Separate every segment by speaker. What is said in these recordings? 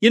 Speaker 1: You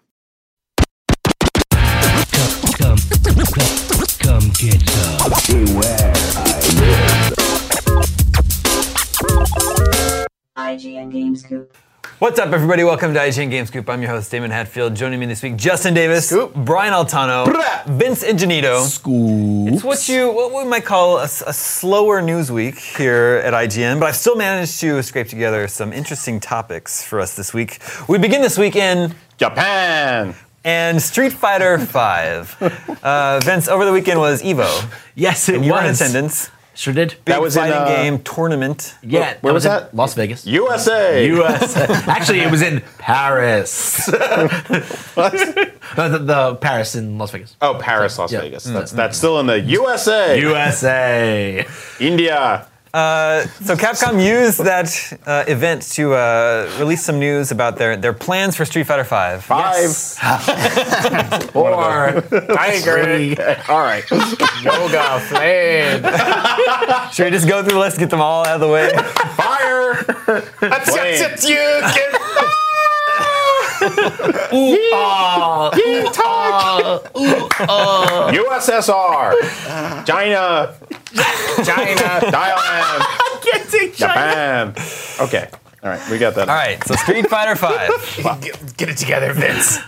Speaker 2: Come, come, come get some. Beware, I
Speaker 3: IGN Games Coop.
Speaker 4: What's up, everybody? Welcome to IGN Game Scoop. I'm your host, Damon Hatfield. Joining me this week, Justin Davis, Brian Altano, Vince Ingenito.
Speaker 5: School.
Speaker 4: It's what you what we might call a, s- a slower news week here at IGN, but I've still managed to scrape together some interesting topics for us this week. We begin this week in
Speaker 5: Japan.
Speaker 4: and Street Fighter V. Uh, Vince, over the weekend was Evo.
Speaker 2: Yes, it
Speaker 4: and you were in attendance.
Speaker 2: Sure did.
Speaker 4: Big
Speaker 5: was in,
Speaker 4: fighting
Speaker 5: uh,
Speaker 4: game tournament.
Speaker 2: Yeah,
Speaker 5: where
Speaker 2: I
Speaker 5: was
Speaker 2: in
Speaker 5: that?
Speaker 2: Las Vegas.
Speaker 5: USA.
Speaker 2: U.S. Actually, it was in Paris. No, the, the Paris in Las Vegas.
Speaker 5: oh, Paris, Las
Speaker 2: Yeah.
Speaker 5: Vegas. That's that's still in the USA.
Speaker 2: USA.
Speaker 5: India.
Speaker 4: Uh, so Capcom used that uh, event to uh, release some news about their, their plans for Street Fighter V.
Speaker 5: Five.
Speaker 2: Or Tiger.
Speaker 5: All right.
Speaker 2: Yoga flame.
Speaker 4: Should we just go through the list, get them all out of the way?
Speaker 5: Fire. Flame. USSR. China.
Speaker 2: China.
Speaker 5: Thailand. Japan. Okay. All right. We got that.
Speaker 4: All right, so Street Fighter V.
Speaker 6: Get, get it together, Vince.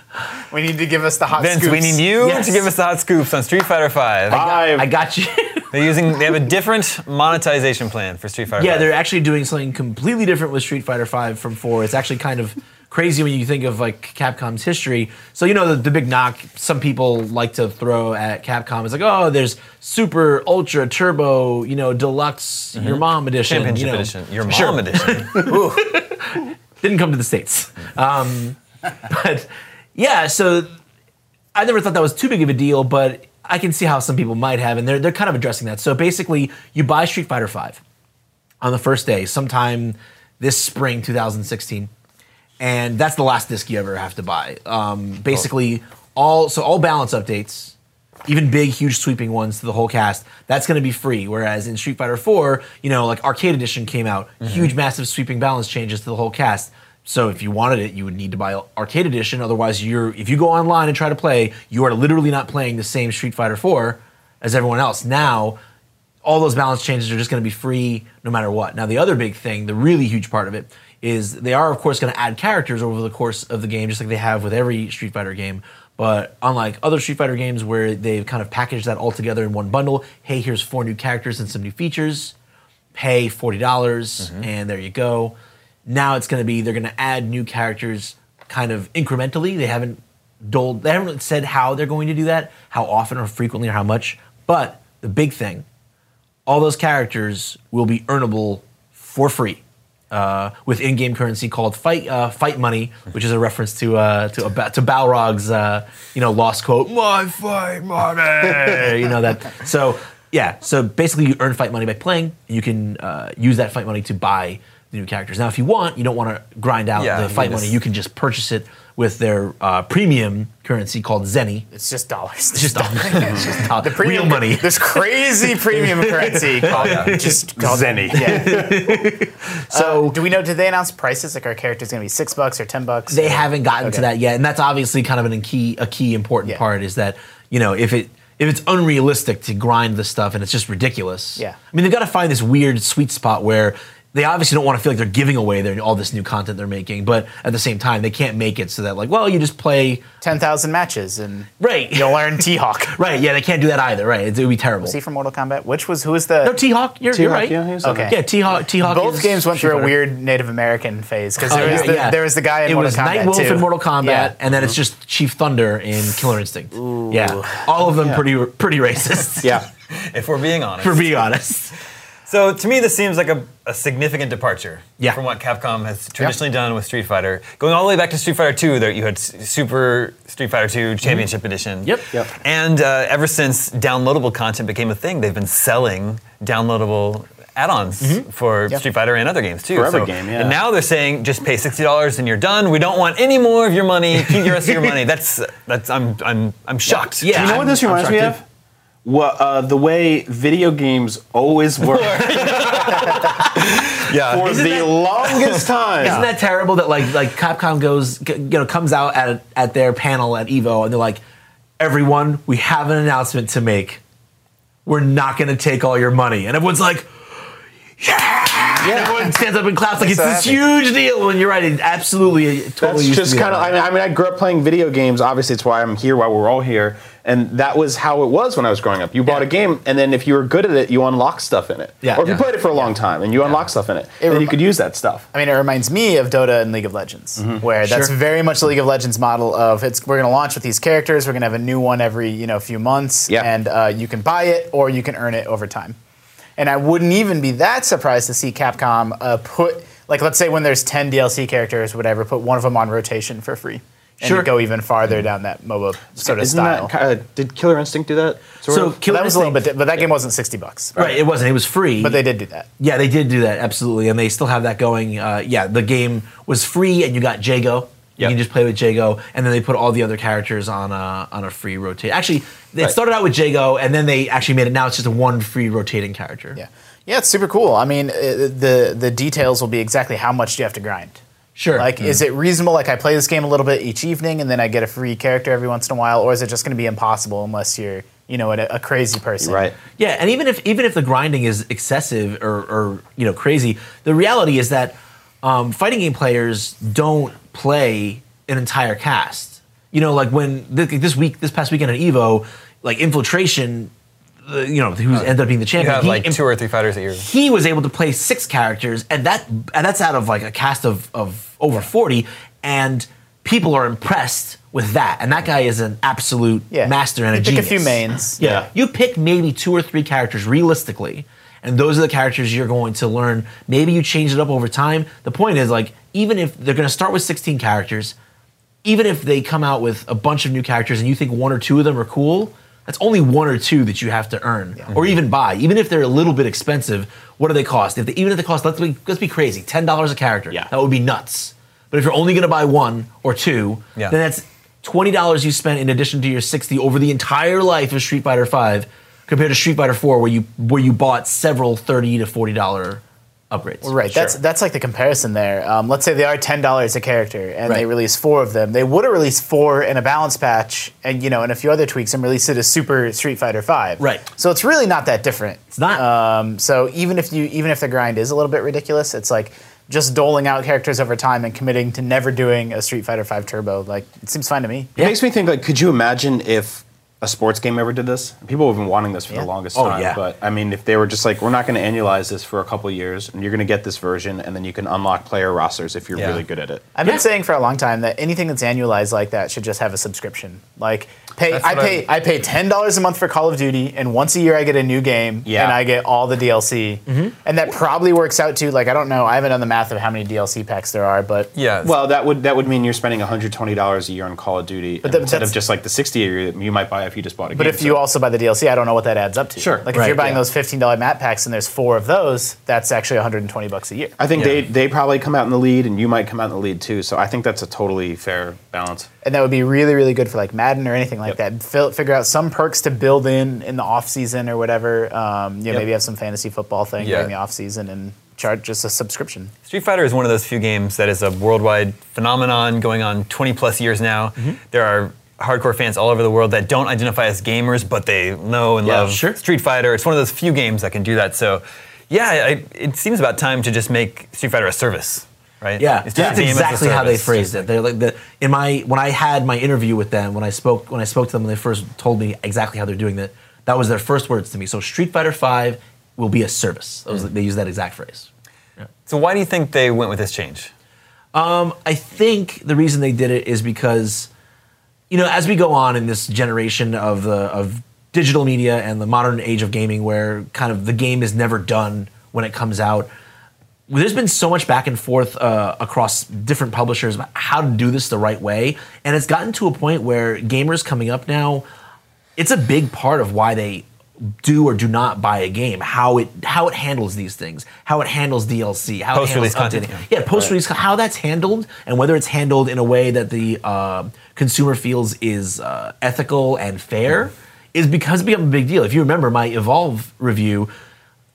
Speaker 6: We need to give us the hot
Speaker 4: Vince,
Speaker 6: scoops.
Speaker 4: we need you
Speaker 2: Yes.
Speaker 4: to give us the hot scoops on Street Fighter V.
Speaker 5: Five.
Speaker 2: I got you.
Speaker 4: They're using they have a different monetization plan for Street Fighter.
Speaker 2: Yeah,
Speaker 4: V.
Speaker 2: they're actually doing something completely different with Street Fighter V from 4. It's actually kind of crazy when you think of like Capcom's history. So you know the, the big knock some people like to throw at Capcom is like, "Oh, there's Super, Ultra, Turbo, you know, Deluxe, Your Mom Edition,
Speaker 4: Mm-hmm. championship
Speaker 2: you know.
Speaker 4: edition, your mom
Speaker 2: Sure.
Speaker 4: edition.
Speaker 2: Didn't come to the states. Um, but yeah, so I never thought that was too big of a deal, but I can see how some people might have, and they're they're kind of addressing that. So basically, you buy Street Fighter V on the first day, sometime this spring, 2016, and that's the last disc you ever have to buy. Um, basically, all so all balance updates, even big, huge, sweeping ones to the whole cast. That's going to be free. Whereas in Street Fighter 4, you know, like Arcade Edition came out, huge, massive, sweeping balance changes to the whole cast. So if you wanted it, you would need to buy Arcade Edition. Otherwise, you're if you go online and try to play, you are literally not playing the same Street Fighter 4 as everyone else. Now, all those balance changes are just going to be free no matter what. Now, the other big thing, the really huge part of it, is they are, of course, going to add characters over the course of the game, just like they have with every Street Fighter game. But unlike other Street Fighter games where they've kind of packaged that all together in one bundle, hey, here's four new characters and some new features, pay $40, dollars and there you go. Now it's going to be, they're going to add new characters kind of incrementally. They haven't doled. They haven't said how they're going to do that, how often or frequently or how much. But the big thing, all those characters will be earnable for free uh, with in-game currency called fight uh, fight money, which is a reference to uh, to Ba- to Balrog's uh, you know lost quote "My fight money," you know that. So yeah, so basically you earn fight money by playing. You can uh, use that fight money to buy the new characters. Now, if you want, you don't want to grind out
Speaker 4: Yeah,
Speaker 2: the fight
Speaker 4: you
Speaker 2: money.
Speaker 4: just-
Speaker 2: You can just purchase it with their uh, premium currency called Zenny.
Speaker 6: It's just dollars.
Speaker 2: It's just, it's just the real money.
Speaker 6: This crazy premium currency called just called
Speaker 5: Zenny.
Speaker 6: Yeah. Uh,
Speaker 2: So
Speaker 6: Do we know? Did they announce prices? Like our character's gonna be six bucks or ten bucks?
Speaker 2: they haven't gotten to
Speaker 6: Okay.
Speaker 2: that yet, and that's obviously kind of an, a key a key important
Speaker 6: Yeah.
Speaker 2: part is that you know if it if it's unrealistic to grind this stuff and it's just ridiculous.
Speaker 6: Yeah.
Speaker 2: I mean they've got to find this weird sweet spot where they obviously don't want to feel like they're giving away their all this new content they're making, but at the same time they can't make it so that like well you just play
Speaker 6: ten thousand matches and
Speaker 2: right
Speaker 6: you'll learn T Hawk.
Speaker 2: right yeah they can't do that either right it, it would be terrible.
Speaker 6: See from Mortal Kombat, which was who was the?
Speaker 2: no T Hawk you're, you're
Speaker 5: T-Hawk,
Speaker 2: right
Speaker 5: yeah, he was on
Speaker 6: Okay.
Speaker 2: yeah T Hawk T Hawk
Speaker 6: Both games went through a weird Native American phase because
Speaker 2: Oh,
Speaker 6: there, was
Speaker 2: yeah,
Speaker 6: the,
Speaker 2: yeah.
Speaker 6: there was the guy in
Speaker 2: it
Speaker 6: Mortal
Speaker 2: was
Speaker 6: Kombat
Speaker 2: Night Wolf
Speaker 6: too.
Speaker 2: in Mortal Kombat,
Speaker 6: Yeah. Mm-hmm.
Speaker 2: and then it's just Chief Thunder in Killer Instinct. Yeah, all of them pretty pretty racist.
Speaker 5: Yeah.
Speaker 4: If we're being honest.
Speaker 2: for being honest.
Speaker 4: So to me, this seems like a, a significant departure
Speaker 2: Yeah.
Speaker 4: from what Capcom has traditionally done with Street Fighter. Going all the way back to Street Fighter 2, there you had S- Super Street Fighter 2 Championship Edition.
Speaker 2: Yep.
Speaker 5: Mm-hmm. Yep.
Speaker 4: And uh, ever since downloadable content became a thing, they've been selling downloadable add-ons
Speaker 5: Mm-hmm.
Speaker 4: for Street Fighter and other games too.
Speaker 5: For every game, yeah.
Speaker 4: And now they're saying just pay sixty dollars and you're done. We don't want any more of your money. Keep the rest of your money. That's that's I'm I'm I'm shocked.
Speaker 2: Yeah.
Speaker 5: You know what this
Speaker 2: I'm- I'm
Speaker 5: reminds me
Speaker 2: shocked,
Speaker 5: of? Well, uh, the way video games always work
Speaker 4: yeah.
Speaker 5: for the longest time.
Speaker 2: Isn't that terrible that like like Capcom goes g- you know comes out at at their panel at Evo and they're like, everyone, we have an announcement to make. We're not going to take all your money, and everyone's like. Yeah! And everyone stands up and claps like it's
Speaker 6: so
Speaker 2: this
Speaker 6: happy.
Speaker 2: huge deal, and you're right. It absolutely, it totally.
Speaker 5: That's
Speaker 2: used to
Speaker 5: just
Speaker 2: be
Speaker 5: kind of.
Speaker 2: that.
Speaker 5: I mean, I mean, I grew up playing video games. Obviously, it's why I'm here, why we're all here, and that was how it was when I was growing up. You bought a game, and then if you were good at it, you unlock stuff in it.
Speaker 2: Yeah,
Speaker 5: Or if
Speaker 2: yeah.
Speaker 5: you played it for a long time, and you unlock stuff in it, and you
Speaker 6: remi-
Speaker 5: could use that stuff.
Speaker 6: I mean, it reminds me of Dota and League of Legends,
Speaker 5: Mm-hmm.
Speaker 6: where that's
Speaker 2: Sure.
Speaker 6: very much the League of Legends model of it's we're going to launch with these characters, we're going to have a new one every you know few months,
Speaker 5: Yeah.
Speaker 6: and uh, you can buy it or you can earn it over time. And I wouldn't even be that surprised to see Capcom uh, put like let's say when there's ten DLC characters, whatever, put one of them on rotation for free. And
Speaker 2: Sure.
Speaker 6: go even farther down that MOBA sort of
Speaker 5: Isn't
Speaker 6: style.
Speaker 5: that ki- uh, did Killer Instinct do that? Sort
Speaker 2: So
Speaker 5: of?
Speaker 2: Killer
Speaker 6: that was a little bit,
Speaker 2: Instinct-
Speaker 6: di- but that game wasn't sixty bucks,
Speaker 2: right. It wasn't. It was free.
Speaker 6: But they did do that.
Speaker 2: Yeah, they did do that absolutely, and they still have that going. Uh, yeah, the game was free, and you got Jago. You
Speaker 4: Yep.
Speaker 2: can just play with Jago, and then they put all the other characters on a on a free rotate. Actually, it started out with Jago, and then they actually made it. Now it's just a one free rotating character.
Speaker 6: Yeah, yeah, it's super cool. I mean, uh, the the details will be exactly how much do you have to grind.
Speaker 2: sure. Mm-hmm.
Speaker 6: Like, is it reasonable? Like, I play this game a little bit each evening, and then I get a free character every once in a while, or is it just going to be impossible unless you're, you know, a, a crazy person?
Speaker 5: Right.
Speaker 2: Yeah, and even if even if the grinding is excessive or, or you know crazy, the reality is that um, fighting game players don't play an entire cast. You know, like when th- this week, this past weekend at Evo, like infiltration, uh, you know, who ended up being the
Speaker 4: You
Speaker 2: champion.
Speaker 4: have
Speaker 2: he
Speaker 4: like
Speaker 2: inf-
Speaker 4: two or three fighters a year.
Speaker 2: he was able to play six characters, and that and that's out of like a cast of of over forty, and people are impressed with that. And that guy is an absolute
Speaker 6: Yeah.
Speaker 2: master and
Speaker 6: You
Speaker 2: a
Speaker 6: pick
Speaker 2: genius.
Speaker 6: a few mains.
Speaker 2: Yeah.
Speaker 5: Yeah.
Speaker 2: you pick maybe two or three characters realistically, and those are the characters you're going to learn. Maybe you change it up over time. The point is like even if they're going to start with sixteen characters, even if they come out with a bunch of new characters and you think one or two of them are cool, that's only one or two that you have to earn or even buy. Even if they're a little bit expensive, what do they cost? If they, even if they cost, let's be, let's be crazy, ten dollars a character.
Speaker 5: Yeah.
Speaker 2: that would be nuts. But if you're only going to buy one or two,
Speaker 4: Yeah.
Speaker 2: then that's twenty dollars you spent in addition to your sixty over the entire life of Street Fighter Five, compared to Street Fighter Four, where you where you bought several thirty to forty dollar upgrades.
Speaker 6: Right, that's that's like the comparison there. Um, let's say they are ten dollars a character, and they
Speaker 2: Right.
Speaker 6: release four of them. They would have released four in a balance patch, and you know, and a few other tweaks, and released it as Super Street Fighter Five.
Speaker 2: Right.
Speaker 6: So it's really not that different.
Speaker 2: It's not.
Speaker 6: Um, so even if you even if the grind is a little bit ridiculous, it's like just doling out characters over time and committing to never doing a Street Fighter Five Turbo. Like it seems fine to me.
Speaker 5: It makes me think like, could you imagine if a sports game ever did this, people have been wanting this for the longest
Speaker 2: Oh,
Speaker 5: time.
Speaker 2: yeah.
Speaker 5: But I mean, if they were just like, we're not going to annualize this for a couple years, and you're going to get this version, and then you can unlock player rosters if you're
Speaker 4: Yeah.
Speaker 5: really good at it.
Speaker 6: I've
Speaker 2: Yeah.
Speaker 6: been saying for a long time that anything that's annualized like that should just have a subscription. Like pay
Speaker 4: That's
Speaker 6: I
Speaker 4: what
Speaker 6: pay I, pay ten dollars a month for Call of Duty and once a year I get a new game
Speaker 5: Yeah.
Speaker 6: and I get all the DLC.
Speaker 4: Mm-hmm.
Speaker 6: And that probably works out to like I don't know, I haven't done the math of how many DLC packs there are, but
Speaker 4: Yeah. it's-
Speaker 5: Well, that would that would mean you're spending 120 dollars a year on Call of Duty
Speaker 6: that-
Speaker 5: instead of
Speaker 6: that's-
Speaker 5: just like the 60 you you might buy if you just bought a
Speaker 6: But
Speaker 5: game.
Speaker 6: if you
Speaker 5: So-
Speaker 6: also buy the DLC, I don't know what that adds up to.
Speaker 5: Sure.
Speaker 6: Like if
Speaker 5: Right,
Speaker 6: you're buying
Speaker 5: yeah.
Speaker 6: those fifteen dollar map packs and there's four of those, that's actually 120 bucks a year.
Speaker 5: I think they they probably come out in the lead, and you might come out in the lead too. So I think that's a totally fair balance.
Speaker 6: and that would be really really good for like Madden or anything like that. Fill, figure out some perks to build in in the off season or whatever. Um, you know,
Speaker 5: Yep.
Speaker 6: maybe have some fantasy football thing
Speaker 4: Yeah.
Speaker 6: during the off season and charge just a subscription.
Speaker 4: Street Fighter is one of those few games that is a worldwide phenomenon going on 20 plus years now.
Speaker 2: Mm-hmm.
Speaker 4: There are hardcore fans all over the world that don't identify as gamers, but they know and
Speaker 5: Yeah,
Speaker 4: love
Speaker 5: sure.
Speaker 4: Street Fighter. It's one of those few games that can do that. So, yeah, I, it seems about time to just make Street Fighter a service, right?
Speaker 2: Yeah,
Speaker 4: It's just
Speaker 2: that's
Speaker 4: a game as a
Speaker 2: exactly how they
Speaker 4: service.
Speaker 2: phrased it. They're like the in my when I had my interview with them when I spoke when I spoke to them when they first told me exactly how they're doing that. That was their first words to me. So Street Fighter Five will be a service. That was, They used that exact phrase.
Speaker 4: So, why do you think they went with this change?
Speaker 2: Um, I think the reason they did it is because, you know, as we go on in this generation of the of digital media and the modern age of gaming, where kind of the game is never done when it comes out. There's been so much back and forth uh, across different publishers about how to do this the right way, and it's gotten to a point where gamers coming up now, it's a big part of why they do or do not buy a game, how it how it handles these things, how it handles DLC, how it handles
Speaker 4: Post-release content,
Speaker 2: updating.
Speaker 4: yeah.
Speaker 2: Yeah, post release, how that's handled, and whether it's handled in a way that the uh, consumer feels is uh, ethical and fair, is because it become a big deal. If you remember my Evolve review,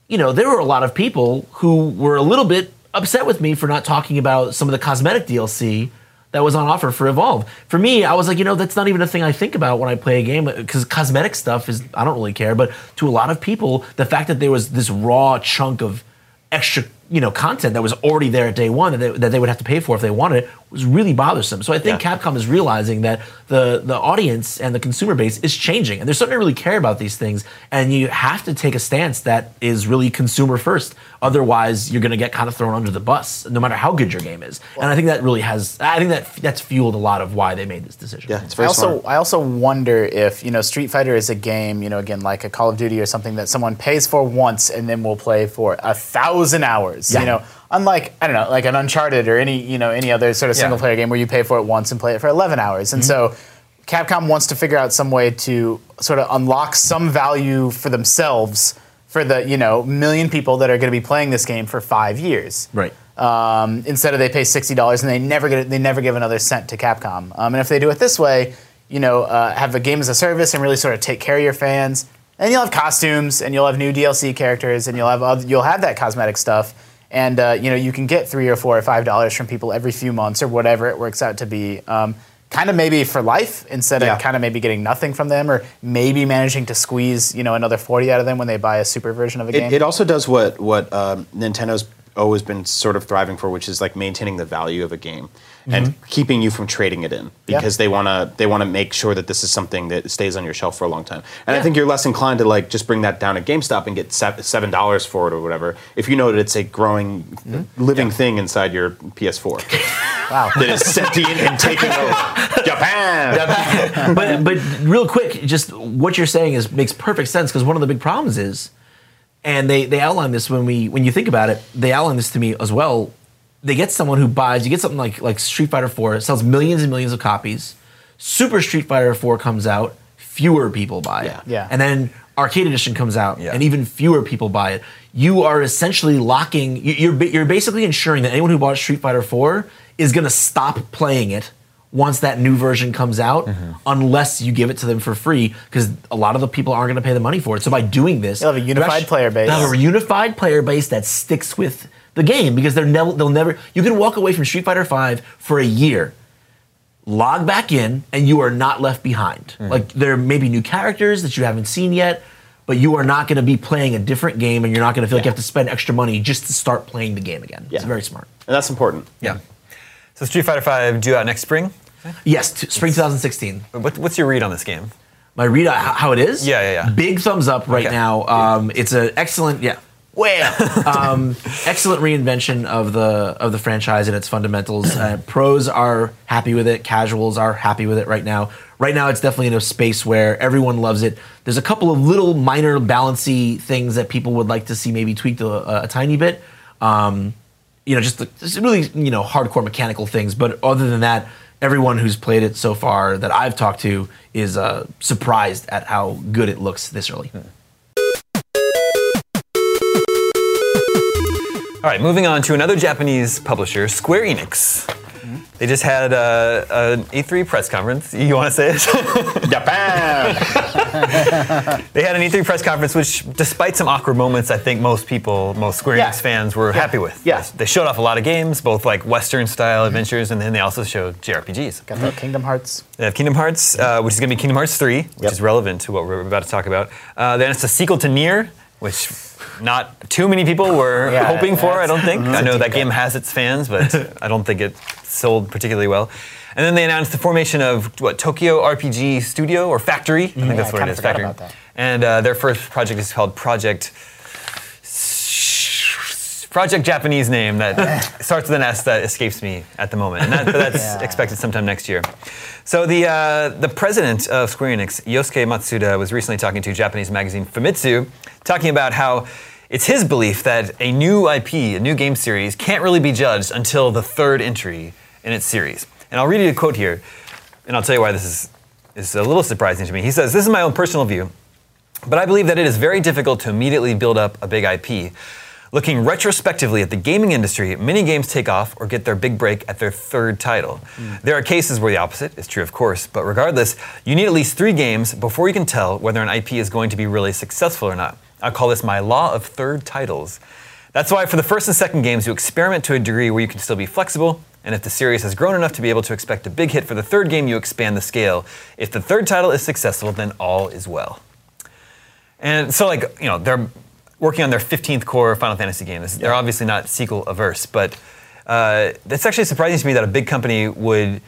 Speaker 2: you know there were a lot of people who were a little bit upset with me for not talking about some of the cosmetic DLC that was on offer for Evolve. For me, I was like, you know, that's not even a thing I think about when I play a game because cosmetic stuff is I don't really care. But to a lot of people, the fact that there was this raw chunk of extra you know content that was already there at day one that they, that they would have to pay for if they wanted it was really bothersome so i think capcom is realizing that the the audience and the consumer base is changing and they're starting to really care about these things and you have to take a stance that is really consumer first otherwise you're going to get kind of thrown under the bus no matter how good your game is and i think that really has i think that that's fueled a lot of why they made this decision
Speaker 5: Yeah, it's
Speaker 6: I
Speaker 5: very
Speaker 6: also
Speaker 5: smart.
Speaker 6: I also wonder if you know Street Fighter is a game you know again like a Call of Duty or something that someone pays for once and then will play for a thousand hours.
Speaker 2: Yeah.
Speaker 6: You know, unlike I don't know like an Uncharted or any you know any other sort of
Speaker 4: Yeah.
Speaker 6: single player game where you pay for it once and play it for eleven hours. And so, Capcom wants to figure out some way to sort of unlock some value for themselves for the you know million people that are going to be playing this game for five years
Speaker 2: right
Speaker 6: um, instead of they pay sixty dollars and they never get they never give another cent to Capcom. Um, and if they do it this way, you know, uh, have a game as a service and really sort of take care of your fans, and you'll have costumes and you'll have new DLC characters and you'll have other, you'll have that cosmetic stuff. And uh, you know you can get three or four or five dollars from people every few months or whatever it works out to be. Um, kind of maybe for life instead
Speaker 5: Yeah.
Speaker 6: of kind of maybe getting nothing from them or maybe managing to squeeze you know another forty out of them when they buy a super version of a game.
Speaker 5: It, it also does what what um, Nintendo's always been sort of thriving for, which is like maintaining the value of a game and keeping you from trading it in
Speaker 6: Yeah.
Speaker 5: because they want to they want to make sure that this is something that stays on your shelf for a long time. And I think you're less inclined to like just bring that down at GameStop and get se- seven dollars for it or whatever if you know that it's a growing, living thing inside your PS4
Speaker 6: wow.
Speaker 5: that is sentient and taking over Japan.
Speaker 2: but but real quick, just what you're saying is makes perfect sense because one of the big problems is, and they they outline this when we when you think about it, they outline this to me as well. They get someone who buys, you get something like like Street Fighter Four, sells millions and millions of copies. Super Street Fighter Four comes out, fewer people buy it,
Speaker 6: Yeah.
Speaker 2: and then Arcade Edition comes out,
Speaker 4: Yeah.
Speaker 2: and even fewer people buy it. You are essentially locking. you- You're ba- you're basically ensuring that anyone who bought Street Fighter Four is going to stop playing it once that new version comes out, unless you give it to them for free, because a lot of the people aren't going to pay the money for it. So by doing this,
Speaker 6: They'll have a unified
Speaker 2: Rush-
Speaker 6: player base.
Speaker 2: They'll have a unified player base that sticks with the game because they're never they'll never. You can walk away from Street Fighter Five for a year log back in and you are not left behind.
Speaker 6: Hmm.
Speaker 2: Like there may be new characters that you haven't seen yet, but you are not going to be playing a different game and you're not going to feel like you have to spend extra money just to start playing the game again. It's
Speaker 5: Yeah.
Speaker 2: very smart.
Speaker 5: And that's important.
Speaker 4: Yeah. So, Street Fighter 5 due out next spring.
Speaker 2: Yes, t- spring 2016.
Speaker 4: What, what's your read on this game?
Speaker 2: my read on how how it is.
Speaker 4: Yeah, yeah, yeah.
Speaker 2: Big thumbs up right
Speaker 4: Okay.
Speaker 2: now. Um, it's an excellent, yeah,
Speaker 6: Well,
Speaker 2: um, excellent reinvention of the of the franchise and its fundamentals. Uh, pros are happy with it. Casuals are happy with it right now. Right now, it's definitely in a space where everyone loves it. There's a couple of little minor balancy things that people would like to see maybe tweaked a, a tiny bit. Um, you know, just, the, just really you know hardcore mechanical things. But other than that, everyone who's played it so far that I've talked to is uh, surprised at how good it looks this early.
Speaker 4: Hmm. All right, moving on to another Japanese publisher, Square Enix. They just had uh, an E3 press conference. You want to say it?
Speaker 5: Japan.
Speaker 4: they had an E3 press conference, which, despite some awkward moments, I think most people, most Square Enix
Speaker 5: Yeah.
Speaker 4: fans were happy with.
Speaker 5: Yeah.
Speaker 4: They showed off a lot of games, both like Western style adventures, and then they also showed JRPGs.
Speaker 6: got the Kingdom Hearts.
Speaker 4: They have Kingdom Hearts, uh, which is going to be Kingdom Hearts 3, which
Speaker 5: Yep.
Speaker 4: is relevant to what we're about to talk about. Uh, then it's a sequel to Nier, which not too many people were
Speaker 6: Yeah,
Speaker 4: hoping for, I
Speaker 6: that's-
Speaker 4: don't think. I know that game has its fans, but I don't think it sold particularly well. And then they announced the formation of what Tokyo RPG Studio or Factory. I think that's
Speaker 6: I
Speaker 4: what it
Speaker 6: kinda
Speaker 4: is.
Speaker 6: forgot
Speaker 4: Factory.
Speaker 6: about that.
Speaker 4: And uh, their first project is called Project. Project Japanese name that starts with an S that escapes me at the moment, and that, but that's
Speaker 6: Yeah.
Speaker 4: expected sometime next year. So the uh, the president of Square Enix, Yosuke Matsuda, was recently talking to Japanese magazine Famitsu, talking about how it's his belief that a new IP, a new game series, can't really be judged until the third entry in its series. And I'll read you a quote here, and I'll tell you why this is is a little surprising to me. He says, "This is my own personal view." But I believe that it is very difficult to immediately build up a big IP. Looking retrospectively at the gaming industry, many games take off or get their big break at their third title. There are cases where the opposite is true, of course, but regardless, you need at least three games before you can tell whether an IP is going to be really successful or not. I call this my law of third titles. That's why for the first and second games, you experiment to a degree where you can still be flexible, and if the series has grown enough to be able to expect a big hit for the third game, you expand the scale. If the third title is successful, then all is well. And so, like, you know, they're working on their 15th core Final Fantasy game. This, They're obviously not sequel averse, but uh, it's actually surprising to me that a big company would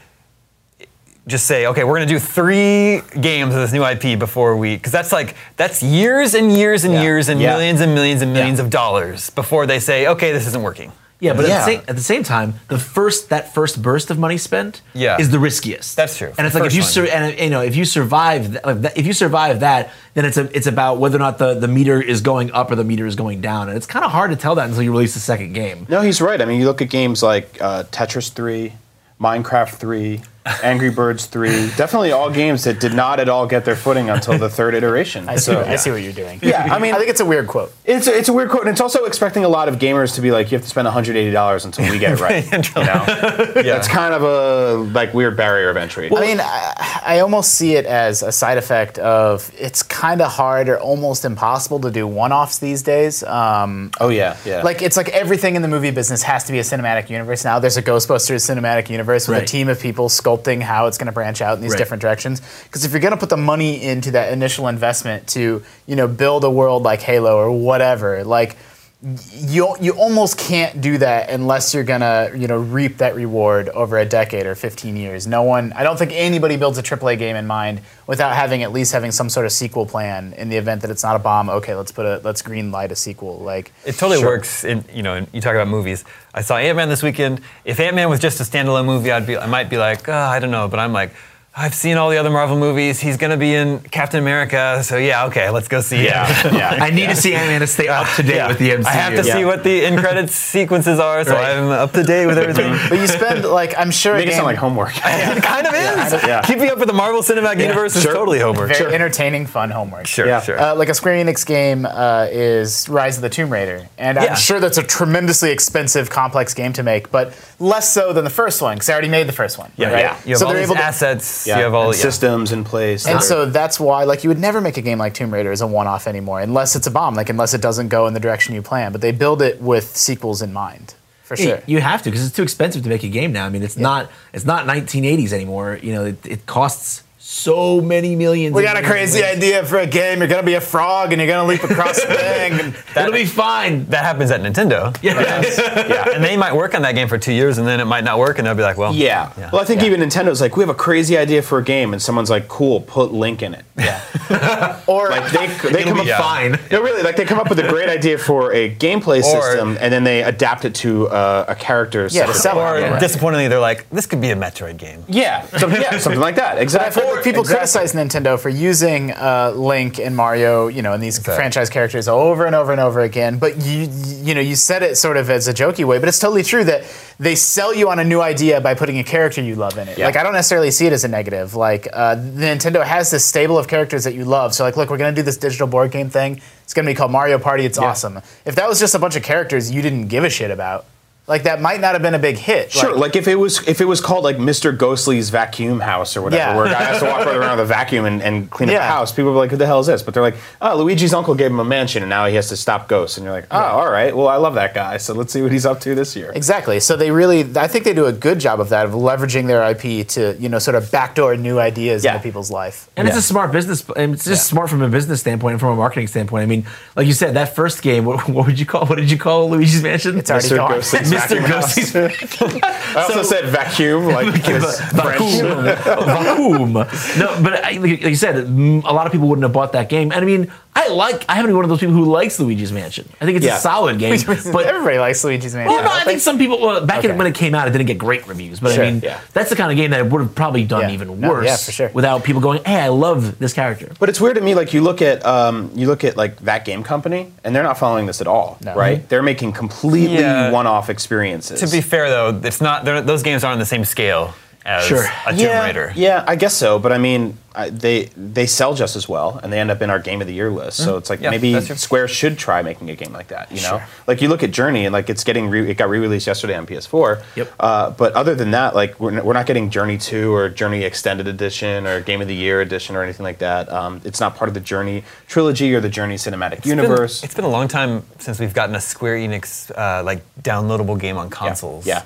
Speaker 4: just say, okay, we're going to do three games of this new IP before we, because that's like, that's years and years and
Speaker 6: Yeah.
Speaker 4: years and
Speaker 5: Yeah.
Speaker 4: millions and millions and millions of dollars before they say, okay, this isn't working.
Speaker 2: Yeah, but At,
Speaker 5: Yeah.
Speaker 2: the same, at the same time, the first that first burst of money spent
Speaker 4: Yeah.
Speaker 2: is the riskiest.
Speaker 4: That's true.
Speaker 2: And it's
Speaker 4: The
Speaker 2: like if you
Speaker 4: first
Speaker 2: sur-
Speaker 4: one.
Speaker 2: and you know if you survive th- like, that, if you survive that, then it's a, it's about whether or not the, the meter is going up or the meter is going down, and it's kind of hard to tell that until you release the second game.
Speaker 5: No, he's right. I mean, you look at games like uh, Tetris 3, Minecraft 3, Angry Birds 3, definitely all games that did not at all get their footing until the third iteration.
Speaker 6: I see,
Speaker 5: So,
Speaker 6: I see what you're doing.
Speaker 5: Yeah, I mean-
Speaker 6: I think it's a weird quote.
Speaker 5: It's, a, it's a weird quote, and it's also expecting a lot of gamers to be like, you have to spend $180 until we get it right. you know?
Speaker 4: Yeah.
Speaker 5: That's kind of a like weird barrier of entry.
Speaker 6: I mean, I, I almost see it as a side effect of it's kind of hard or almost impossible to do one-offs these days. Um,
Speaker 5: oh, yeah, yeah.
Speaker 6: Like it's like everything in the movie business has to be a cinematic universe now. There's a Ghostbusters cinematic universe with a
Speaker 2: Right.
Speaker 6: team of people sculpting how it's going to branch out in these
Speaker 2: Right.
Speaker 6: different directions. Because if you're going to put the money into that initial investment to you know build a world like Halo or whatever, like y- you you almost can't do that unless you're going to you know reap that reward over a decade or 15 years. No one, I don't think anybody builds a AAA game in mind without having at least having some sort of sequel plan in the event that it's not a bomb. Okay, let's put a let's green light a sequel like.
Speaker 4: It totally works. In, you know, you talk about movies. I saw Ant Man this weekend. If Ant Man was just a standalone movie, I'd be, I might be like, oh, I don't know. But I'm like, I've seen all the other Marvel movies. He's gonna be in Captain America, so yeah, okay, let's go see. Yeah,
Speaker 5: yeah.
Speaker 2: I need to see Ant-Man to stay up to date with the MCU.
Speaker 4: I have to
Speaker 5: Yeah.
Speaker 4: see what the end credits sequences are, so
Speaker 2: Right.
Speaker 4: I'm up to date with everything.
Speaker 6: But you spend like I'm sure
Speaker 5: Make
Speaker 6: a
Speaker 5: it sound
Speaker 6: game,
Speaker 5: like homework.
Speaker 4: it kind of is.
Speaker 5: Yeah.
Speaker 4: Keeping up with the Marvel Cinematic Universe is
Speaker 5: Sure.
Speaker 4: totally homework.
Speaker 6: very entertaining, fun homework.
Speaker 4: Sure,
Speaker 5: Yeah.
Speaker 4: sure.
Speaker 6: Uh, like a Square Enix game uh, is Rise of the Tomb Raider, and
Speaker 4: Yeah.
Speaker 6: I'm sure that's a tremendously expensive, complex game to make, but less so than the first one because I already made the first one.
Speaker 4: yeah,
Speaker 6: right?
Speaker 4: yeah. You have
Speaker 6: so
Speaker 4: all
Speaker 6: they're
Speaker 4: these
Speaker 6: able to.
Speaker 4: assets.
Speaker 5: Yeah,
Speaker 4: You have all
Speaker 5: and
Speaker 4: yeah.
Speaker 5: systems in place.
Speaker 6: and
Speaker 5: that
Speaker 6: so
Speaker 5: are-
Speaker 6: that's why, like, you would never make a game like Tomb Raider as a one-off anymore, unless it's a bomb, like unless it doesn't go in the direction you plan. But they build it with sequels in mind, for
Speaker 2: Y-
Speaker 6: sure.
Speaker 2: You have to because it's too expensive to make a game now. I mean, it's not it's not 1980s anymore. You know, it, it costs so many millions.
Speaker 6: We
Speaker 2: and
Speaker 6: got a
Speaker 2: millions
Speaker 6: crazy
Speaker 2: of ways.
Speaker 6: idea for a game. You're gonna be a frog and you're gonna leap across the thing. And
Speaker 2: It'll be fine.
Speaker 4: That happens at Nintendo.
Speaker 5: yeah.
Speaker 4: And they might work on that game for two years and then it might not work and they'll be like, well,
Speaker 5: Yeah. Well, I think even Nintendo's like, we have a crazy idea for a game, and someone's like, cool, put Link in it.
Speaker 6: or
Speaker 5: Like they they
Speaker 2: It'll
Speaker 5: come up
Speaker 2: be fine.
Speaker 5: No, really, like they come up with a great idea for a gameplay system, and then they adapt it to uh, a character.
Speaker 6: Yeah, to
Speaker 5: system.
Speaker 6: sell it.
Speaker 4: Or
Speaker 6: Yeah.
Speaker 4: disappointingly, they're like, this could be a Metroid game.
Speaker 5: Yeah, some- yeah, something like that.
Speaker 6: I've
Speaker 5: Exactly.
Speaker 6: heard that people
Speaker 5: Exactly.
Speaker 6: criticize Nintendo for using uh, Link and Mario, you know, and these
Speaker 4: Exactly.
Speaker 6: franchise characters over and over and over again. But you, you know, you said it sort of as a jokey way, but it's totally true that they sell you on a new idea by putting a character you love in it. Like I don't necessarily see it as a negative. Like uh, Nintendo has this stable of characters that you love. So like, look, we're gonna do this digital board game thing. It's gonna be called Mario Party. It's awesome. If that was just a bunch of characters you didn't give a shit about, like that might not have been a big hit.
Speaker 5: Sure, like if it was if it was called like Mr. Ghostly's vacuum house or whatever,
Speaker 6: Yeah.
Speaker 5: where a guy has to walk right around with a vacuum and, and clean up the
Speaker 6: Yeah.
Speaker 5: house, people are like, "Who the hell is this?" But they're like, "Oh, Luigi's uncle gave him a mansion, and now he has to stop ghosts." And you're like, "Oh, all right. Well, I love that guy. So let's see what he's up to this year."
Speaker 6: Exactly. So they really, I think they do a good job of that, of leveraging their IP to, you know, sort of backdoor new ideas
Speaker 5: Yeah.
Speaker 6: into people's life.
Speaker 2: And it's a smart business. And it's just smart from a business standpoint and from a marketing standpoint. I mean, like you said, that first game. What, what would you call? What did you call Luigi's Mansion?
Speaker 6: It's already
Speaker 5: Mr.
Speaker 6: gone.
Speaker 5: Ghostly's
Speaker 2: Mr.
Speaker 5: vacuum house.
Speaker 2: Ghosty's
Speaker 5: I also said vacuum, like it's French.
Speaker 2: vacuum. vacuum. No, but I, like you said, mm, a lot of people wouldn't have bought that game. And I mean, I like. I haven't been one of those people who likes Luigi's Mansion. I think it's
Speaker 5: Yeah.
Speaker 2: a solid game. but
Speaker 6: Everybody likes Luigi's Mansion.
Speaker 2: Well, no,
Speaker 6: don't
Speaker 2: I think some people well, back in
Speaker 6: Okay.
Speaker 2: when it came out, it didn't get great reviews. But
Speaker 6: Sure,
Speaker 2: I mean,
Speaker 5: yeah.
Speaker 2: that's the kind of game that would have probably done
Speaker 6: Yeah.
Speaker 2: even
Speaker 6: No,
Speaker 2: worse.
Speaker 6: yeah, for sure.
Speaker 2: Without people going, "Hey, I love this character."
Speaker 5: But it's weird to me. Like you look at um, you look at like that game company, and they're not following this at all, right? They're making completely
Speaker 4: Yeah.
Speaker 5: one-off experiences.
Speaker 4: To be fair, though, it's not they're- those games aren't on the same scale as
Speaker 2: Sure.
Speaker 4: a Tomb
Speaker 5: yeah,
Speaker 4: Raider.
Speaker 5: yeah, I guess so. But I mean, I, they they sell just as well, and they end up in our game of the year list. So it's like
Speaker 4: Mm-hmm. Yeah,
Speaker 5: maybe
Speaker 4: that's true.
Speaker 5: Square should try making a game like that. You know, like you look at Journey, and like it's getting re- it got re-released yesterday on PS4.
Speaker 2: Yep.
Speaker 5: Uh, but other than that, like we're, n- we're not getting Journey Two or Journey Extended Edition or Game of the Year Edition or anything like that. Um, it's not part of the Journey trilogy or the Journey cinematic
Speaker 4: It's been-
Speaker 5: universe.
Speaker 4: it's been a long time since we've gotten a Square Enix uh, like downloadable game on consoles.
Speaker 5: yeah.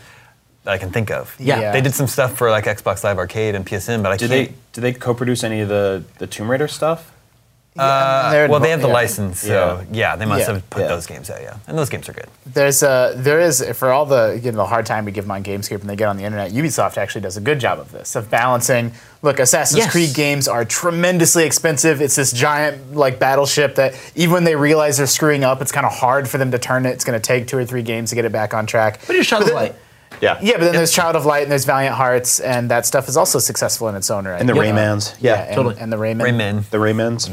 Speaker 4: That I can think of.
Speaker 2: Yeah.
Speaker 6: Yeah.
Speaker 4: They did some stuff for like Xbox Live Arcade and PSN, but I
Speaker 5: Did
Speaker 4: can't.
Speaker 5: they did they co-produce any of the the Tomb Raider stuff?
Speaker 6: They're-
Speaker 4: well, they have the
Speaker 6: yeah.
Speaker 4: license, so yeah, they must
Speaker 6: Yeah.
Speaker 4: have put
Speaker 5: Yeah.
Speaker 4: those games out. Yeah, and those games are good.
Speaker 6: There's a, there is, for all the, you know, the hard time we give them on Gamescape and they get on the internet, Ubisoft actually does a good job of this, of balancing, look, Assassin's
Speaker 2: Yes.
Speaker 6: Creed games are tremendously expensive. It's this giant, like, battleship that even when they realize they're screwing up, it's kind of hard for them to turn it. It's going to take two or three games to get it back on track.
Speaker 2: But your Shadow
Speaker 6: then-
Speaker 2: Light.
Speaker 5: Yeah.
Speaker 6: Yeah, but then there's Child of Light and there's Valiant Hearts, and that stuff is also successful in its own right.
Speaker 5: And the
Speaker 6: Yeah.
Speaker 5: Raymans.
Speaker 6: Yeah,
Speaker 5: Yeah.
Speaker 6: and,
Speaker 2: totally.
Speaker 6: and the Rayman.
Speaker 4: Rayman.
Speaker 5: The Raymans.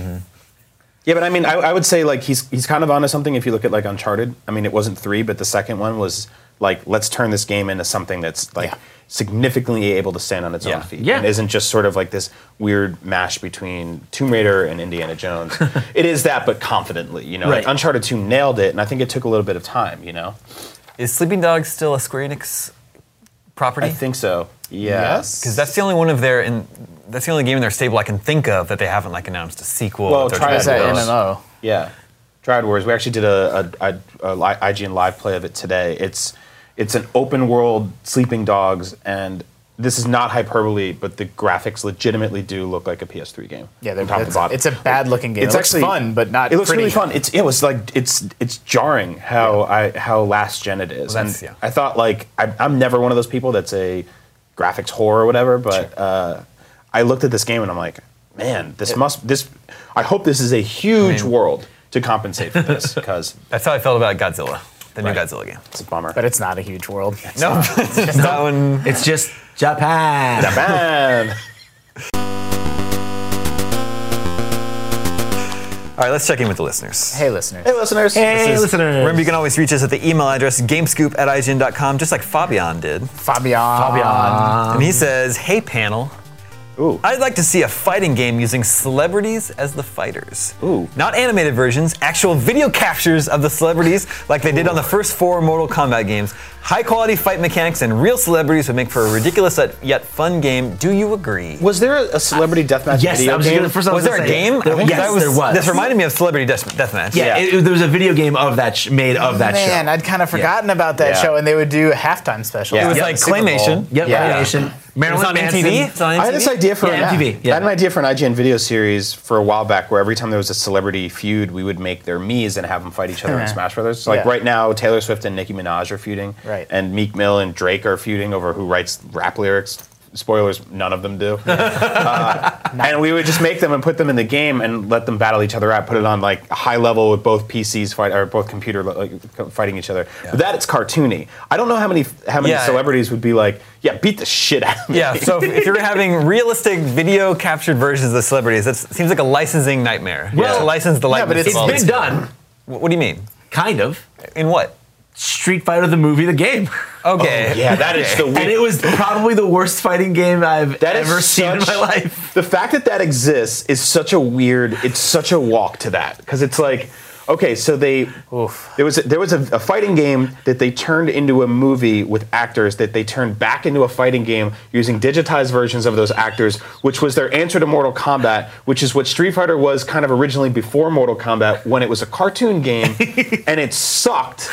Speaker 5: Yeah, but I mean, I, I would say like he's he's kind of onto something. If you look at like Uncharted, I mean, it wasn't three, but the second one was like let's turn this game into something that's like
Speaker 6: Yeah.
Speaker 5: significantly able to stand on its
Speaker 4: Yeah.
Speaker 5: own feet.
Speaker 2: Yeah.
Speaker 5: and isn't just sort of like this weird mash between Tomb Raider and Indiana Jones. it is that, but confidently, you know. Like,
Speaker 2: Right.
Speaker 5: Uncharted two nailed it, and I think it took a little bit of time, you know.
Speaker 4: Is Sleeping Dogs still a Square Enix property?
Speaker 5: I think so. Yeah.
Speaker 6: Yes.
Speaker 4: because that's the only one of their in, that's the only game in their stable I can think of that they haven't like announced a sequel.
Speaker 5: Well,
Speaker 4: that they're
Speaker 5: try
Speaker 4: trying
Speaker 6: Is
Speaker 5: as
Speaker 4: to
Speaker 6: that
Speaker 4: develop.
Speaker 5: Wars.
Speaker 6: MMO?
Speaker 5: Yeah, Drought Wars. We actually did a, a, a, a li- IGN live play of it today. It's it's an open world Sleeping Dogs, and this is not hyperbole, but the graphics legitimately do look like a PS3 game.
Speaker 6: Yeah, they're,
Speaker 5: from top to
Speaker 6: it's,
Speaker 5: bottom.
Speaker 6: it's a bad looking game. It's it looks fun, but not.
Speaker 5: It looks
Speaker 6: pretty.
Speaker 5: really fun. It's it was like it's it's jarring how I how last gen it is.
Speaker 4: Well,
Speaker 5: and
Speaker 4: that's- yeah.
Speaker 5: I thought like I, I'm never one of those people that's a graphics whore or whatever, but uh, I looked at this game and I'm like, man, this must this. I hope this is a huge
Speaker 4: I mean-
Speaker 5: world to compensate for this because
Speaker 4: That's how I felt about Godzilla, the new
Speaker 5: Right.
Speaker 4: Godzilla game.
Speaker 5: it's a bummer.
Speaker 6: But it's not a huge world.
Speaker 4: No, it's just that one.
Speaker 2: It's just Japan.
Speaker 5: Man.
Speaker 4: All right, let's check in with the listeners.
Speaker 6: Hey, listeners.
Speaker 5: hey listeners.
Speaker 2: Hey,
Speaker 5: This is-
Speaker 2: listeners.
Speaker 4: Remember, you can always reach us at the email address gamescoop at ign.com, just like Fabian did.
Speaker 6: Fabian.
Speaker 4: and he says, Hey, panel.
Speaker 5: Ooh.
Speaker 4: I'd like to see a fighting game using celebrities as the fighters.
Speaker 5: Ooh.
Speaker 4: Not animated versions, actual video captures of the celebrities like they did on the first four Mortal Kombat games. High quality fight mechanics and real celebrities would make for a ridiculous yet fun game. Do you agree?
Speaker 5: Was there a celebrity deathmatch
Speaker 2: Yes,
Speaker 5: video
Speaker 2: that was
Speaker 5: game?
Speaker 2: the first I
Speaker 4: Was there
Speaker 2: gonna
Speaker 4: a
Speaker 2: say.
Speaker 4: game?
Speaker 2: There,
Speaker 4: I think
Speaker 2: yes,
Speaker 4: that was-
Speaker 2: there was.
Speaker 4: This reminded me of Celebrity Death- Deathmatch.
Speaker 5: Yeah.
Speaker 2: Yeah, It, it- there was a video game of that sh- made of that
Speaker 6: Man,
Speaker 2: show.
Speaker 6: I'd kind of forgotten about that
Speaker 5: Yeah.
Speaker 6: show, and they would do halftime specials.
Speaker 4: It was
Speaker 5: Yeah.
Speaker 4: like
Speaker 5: Super Bowl.
Speaker 4: Claymation.
Speaker 2: Yep,
Speaker 6: Yeah.
Speaker 2: animation.
Speaker 4: It was on
Speaker 2: Manson.
Speaker 4: MTV. It's on
Speaker 5: I had
Speaker 4: MTV?
Speaker 5: this idea for
Speaker 2: Yeah, MTV,
Speaker 5: I had an
Speaker 2: yeah.
Speaker 5: idea for an IGN video series for a while back, where every time there was a celebrity feud, we would make their Mii's and have them fight each other in Smash Brothers. So like
Speaker 6: Yeah.
Speaker 5: right now, Taylor Swift and Nicki Minaj are feuding,
Speaker 6: Right.
Speaker 5: And Meek Mill and Drake are feuding over who writes rap lyrics. Spoilers: None of them do. Uh, and we would just make them and put them in the game and let them battle each other out. Put it on like a high level with both PCs fight or both computer like, co- fighting each other. But that it's cartoony. I don't know how many how many
Speaker 4: Yeah.
Speaker 5: celebrities would be like, yeah, beat the shit out of me.
Speaker 4: Yeah, so if you're having realistic video captured versions of celebrities, that seems like a licensing nightmare.
Speaker 2: Well-
Speaker 4: to license the
Speaker 6: but
Speaker 4: likeness
Speaker 6: it's
Speaker 4: of all
Speaker 2: It's
Speaker 4: these.
Speaker 2: been done,
Speaker 4: What do you mean?
Speaker 2: kind of.
Speaker 4: In what?
Speaker 2: Street Fighter the movie, the game,
Speaker 6: Oh,
Speaker 4: Okay.
Speaker 5: Yeah, that is the
Speaker 2: and it was probably the worst fighting game I've
Speaker 5: That is
Speaker 2: ever seen in
Speaker 5: such-
Speaker 2: my life.
Speaker 5: The fact that that exists is such a weird. It's such a walk to that because it's like, okay, so they there was a, there was a, a fighting game that they turned into a movie with actors that they turned back into a fighting game using digitized versions of those actors, which was their answer to Mortal Kombat, which is what Street Fighter was kind of originally before Mortal Kombat when it was a cartoon game, and it sucked.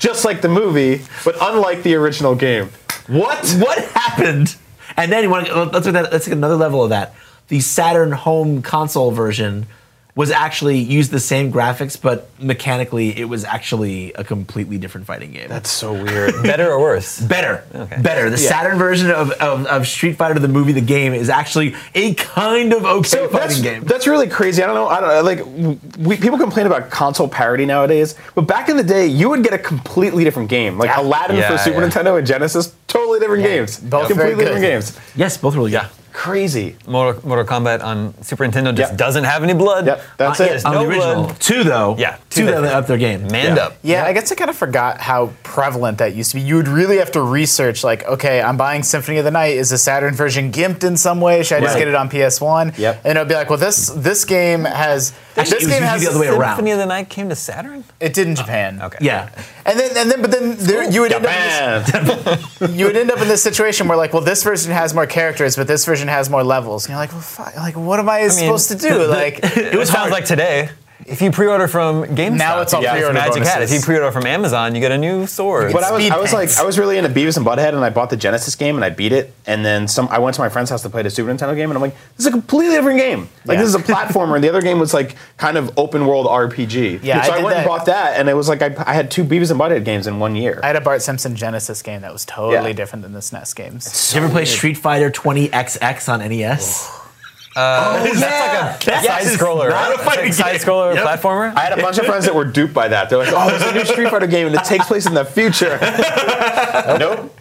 Speaker 5: Just like the movie, but unlike the original game. What?
Speaker 2: What happened? And then you want to, let's look at let's take another level of that. The Saturn home console version was actually used the same graphics, but mechanically it was actually a completely different fighting game.
Speaker 5: That's so weird.
Speaker 4: Better or worse?
Speaker 2: better, better. The Saturn version of, of, of Street Fighter the movie, the game, is actually a kind of okay
Speaker 5: So
Speaker 2: fighting
Speaker 5: that's,
Speaker 2: game.
Speaker 5: that's really crazy. I don't know. I don't know. Like, w- we, people complain about console parity nowadays, but back in the day, you would get a completely different game. Like Aladdin
Speaker 4: Yeah,
Speaker 5: for Super
Speaker 4: yeah.
Speaker 5: Nintendo and Genesis, totally different games.
Speaker 6: both
Speaker 5: completely
Speaker 6: very
Speaker 5: different
Speaker 6: good.
Speaker 5: games.
Speaker 2: yes, both really good.
Speaker 5: Crazy.
Speaker 4: Mortal, Mortal Kombat on Super Nintendo just
Speaker 5: Yep.
Speaker 4: doesn't have any blood.
Speaker 5: Yep, that's
Speaker 4: Uh,
Speaker 5: it.
Speaker 4: yes,
Speaker 2: On
Speaker 4: no
Speaker 2: the original,
Speaker 4: blood.
Speaker 2: two though.
Speaker 4: Yeah,
Speaker 2: two,
Speaker 4: two
Speaker 2: that
Speaker 4: different.
Speaker 2: up their game.
Speaker 4: Manned
Speaker 5: Yeah.
Speaker 4: up.
Speaker 6: Yeah, I guess I kind of forgot how prevalent that used to be. You would really have to research, like, okay, I'm buying Symphony of the Night. Is the Saturn version gimped in some way? Should I just
Speaker 2: Right.
Speaker 6: get it on PS1?
Speaker 5: Yep.
Speaker 6: And it would be like, well, this this game has
Speaker 2: Actually,
Speaker 6: this
Speaker 2: it was
Speaker 6: game
Speaker 2: usually
Speaker 6: has
Speaker 2: the other way around.
Speaker 4: Symphony of the Night came to Saturn?
Speaker 6: It did in Japan. okay.
Speaker 2: Yeah,
Speaker 6: And then and then but then there, you would end up in this-
Speaker 5: Japan.
Speaker 6: you would end up in this situation where like, well, this version has more characters, but this version has more levels. And you're like, well, fuck, like, what am I supposed to do? Like,
Speaker 4: It was sounds like today. If you pre-order from GameStop,
Speaker 6: Now it's all
Speaker 4: you get
Speaker 6: pre-order
Speaker 4: Magic Hat. If
Speaker 6: bonuses.
Speaker 4: you pre-order from Amazon, you get a new sword.
Speaker 5: But I was,
Speaker 6: Speed
Speaker 5: I was like,
Speaker 6: pants.
Speaker 5: I was really into Beavis and Butthead, and I bought the Genesis game and I beat it. And then some, I went to my friend's house to play the Super Nintendo game, and I'm like, this is a completely different game. Like
Speaker 6: Yeah.
Speaker 5: this is a platformer, and the other game was like kind of open world RPG.
Speaker 6: Yeah,
Speaker 5: so
Speaker 6: I
Speaker 5: I,
Speaker 6: did
Speaker 5: went
Speaker 6: that.
Speaker 5: and bought that, and it was like I, I had two Beavis and Butthead games in one year.
Speaker 6: I had a Bart Simpson Genesis game that was totally
Speaker 5: Yeah.
Speaker 6: different than the SNES games.
Speaker 2: Did you ever play Street Fighter 20XX on E NES?
Speaker 4: that's Uh, like a side scroller,
Speaker 2: Oh, not a fighting
Speaker 4: side
Speaker 2: game.
Speaker 4: scroller
Speaker 2: Yep.
Speaker 4: platformer.
Speaker 5: I had a bunch of friends that were duped by that. They're like, "Oh, there's a new Street Fighter game, and it takes place in the future." nope.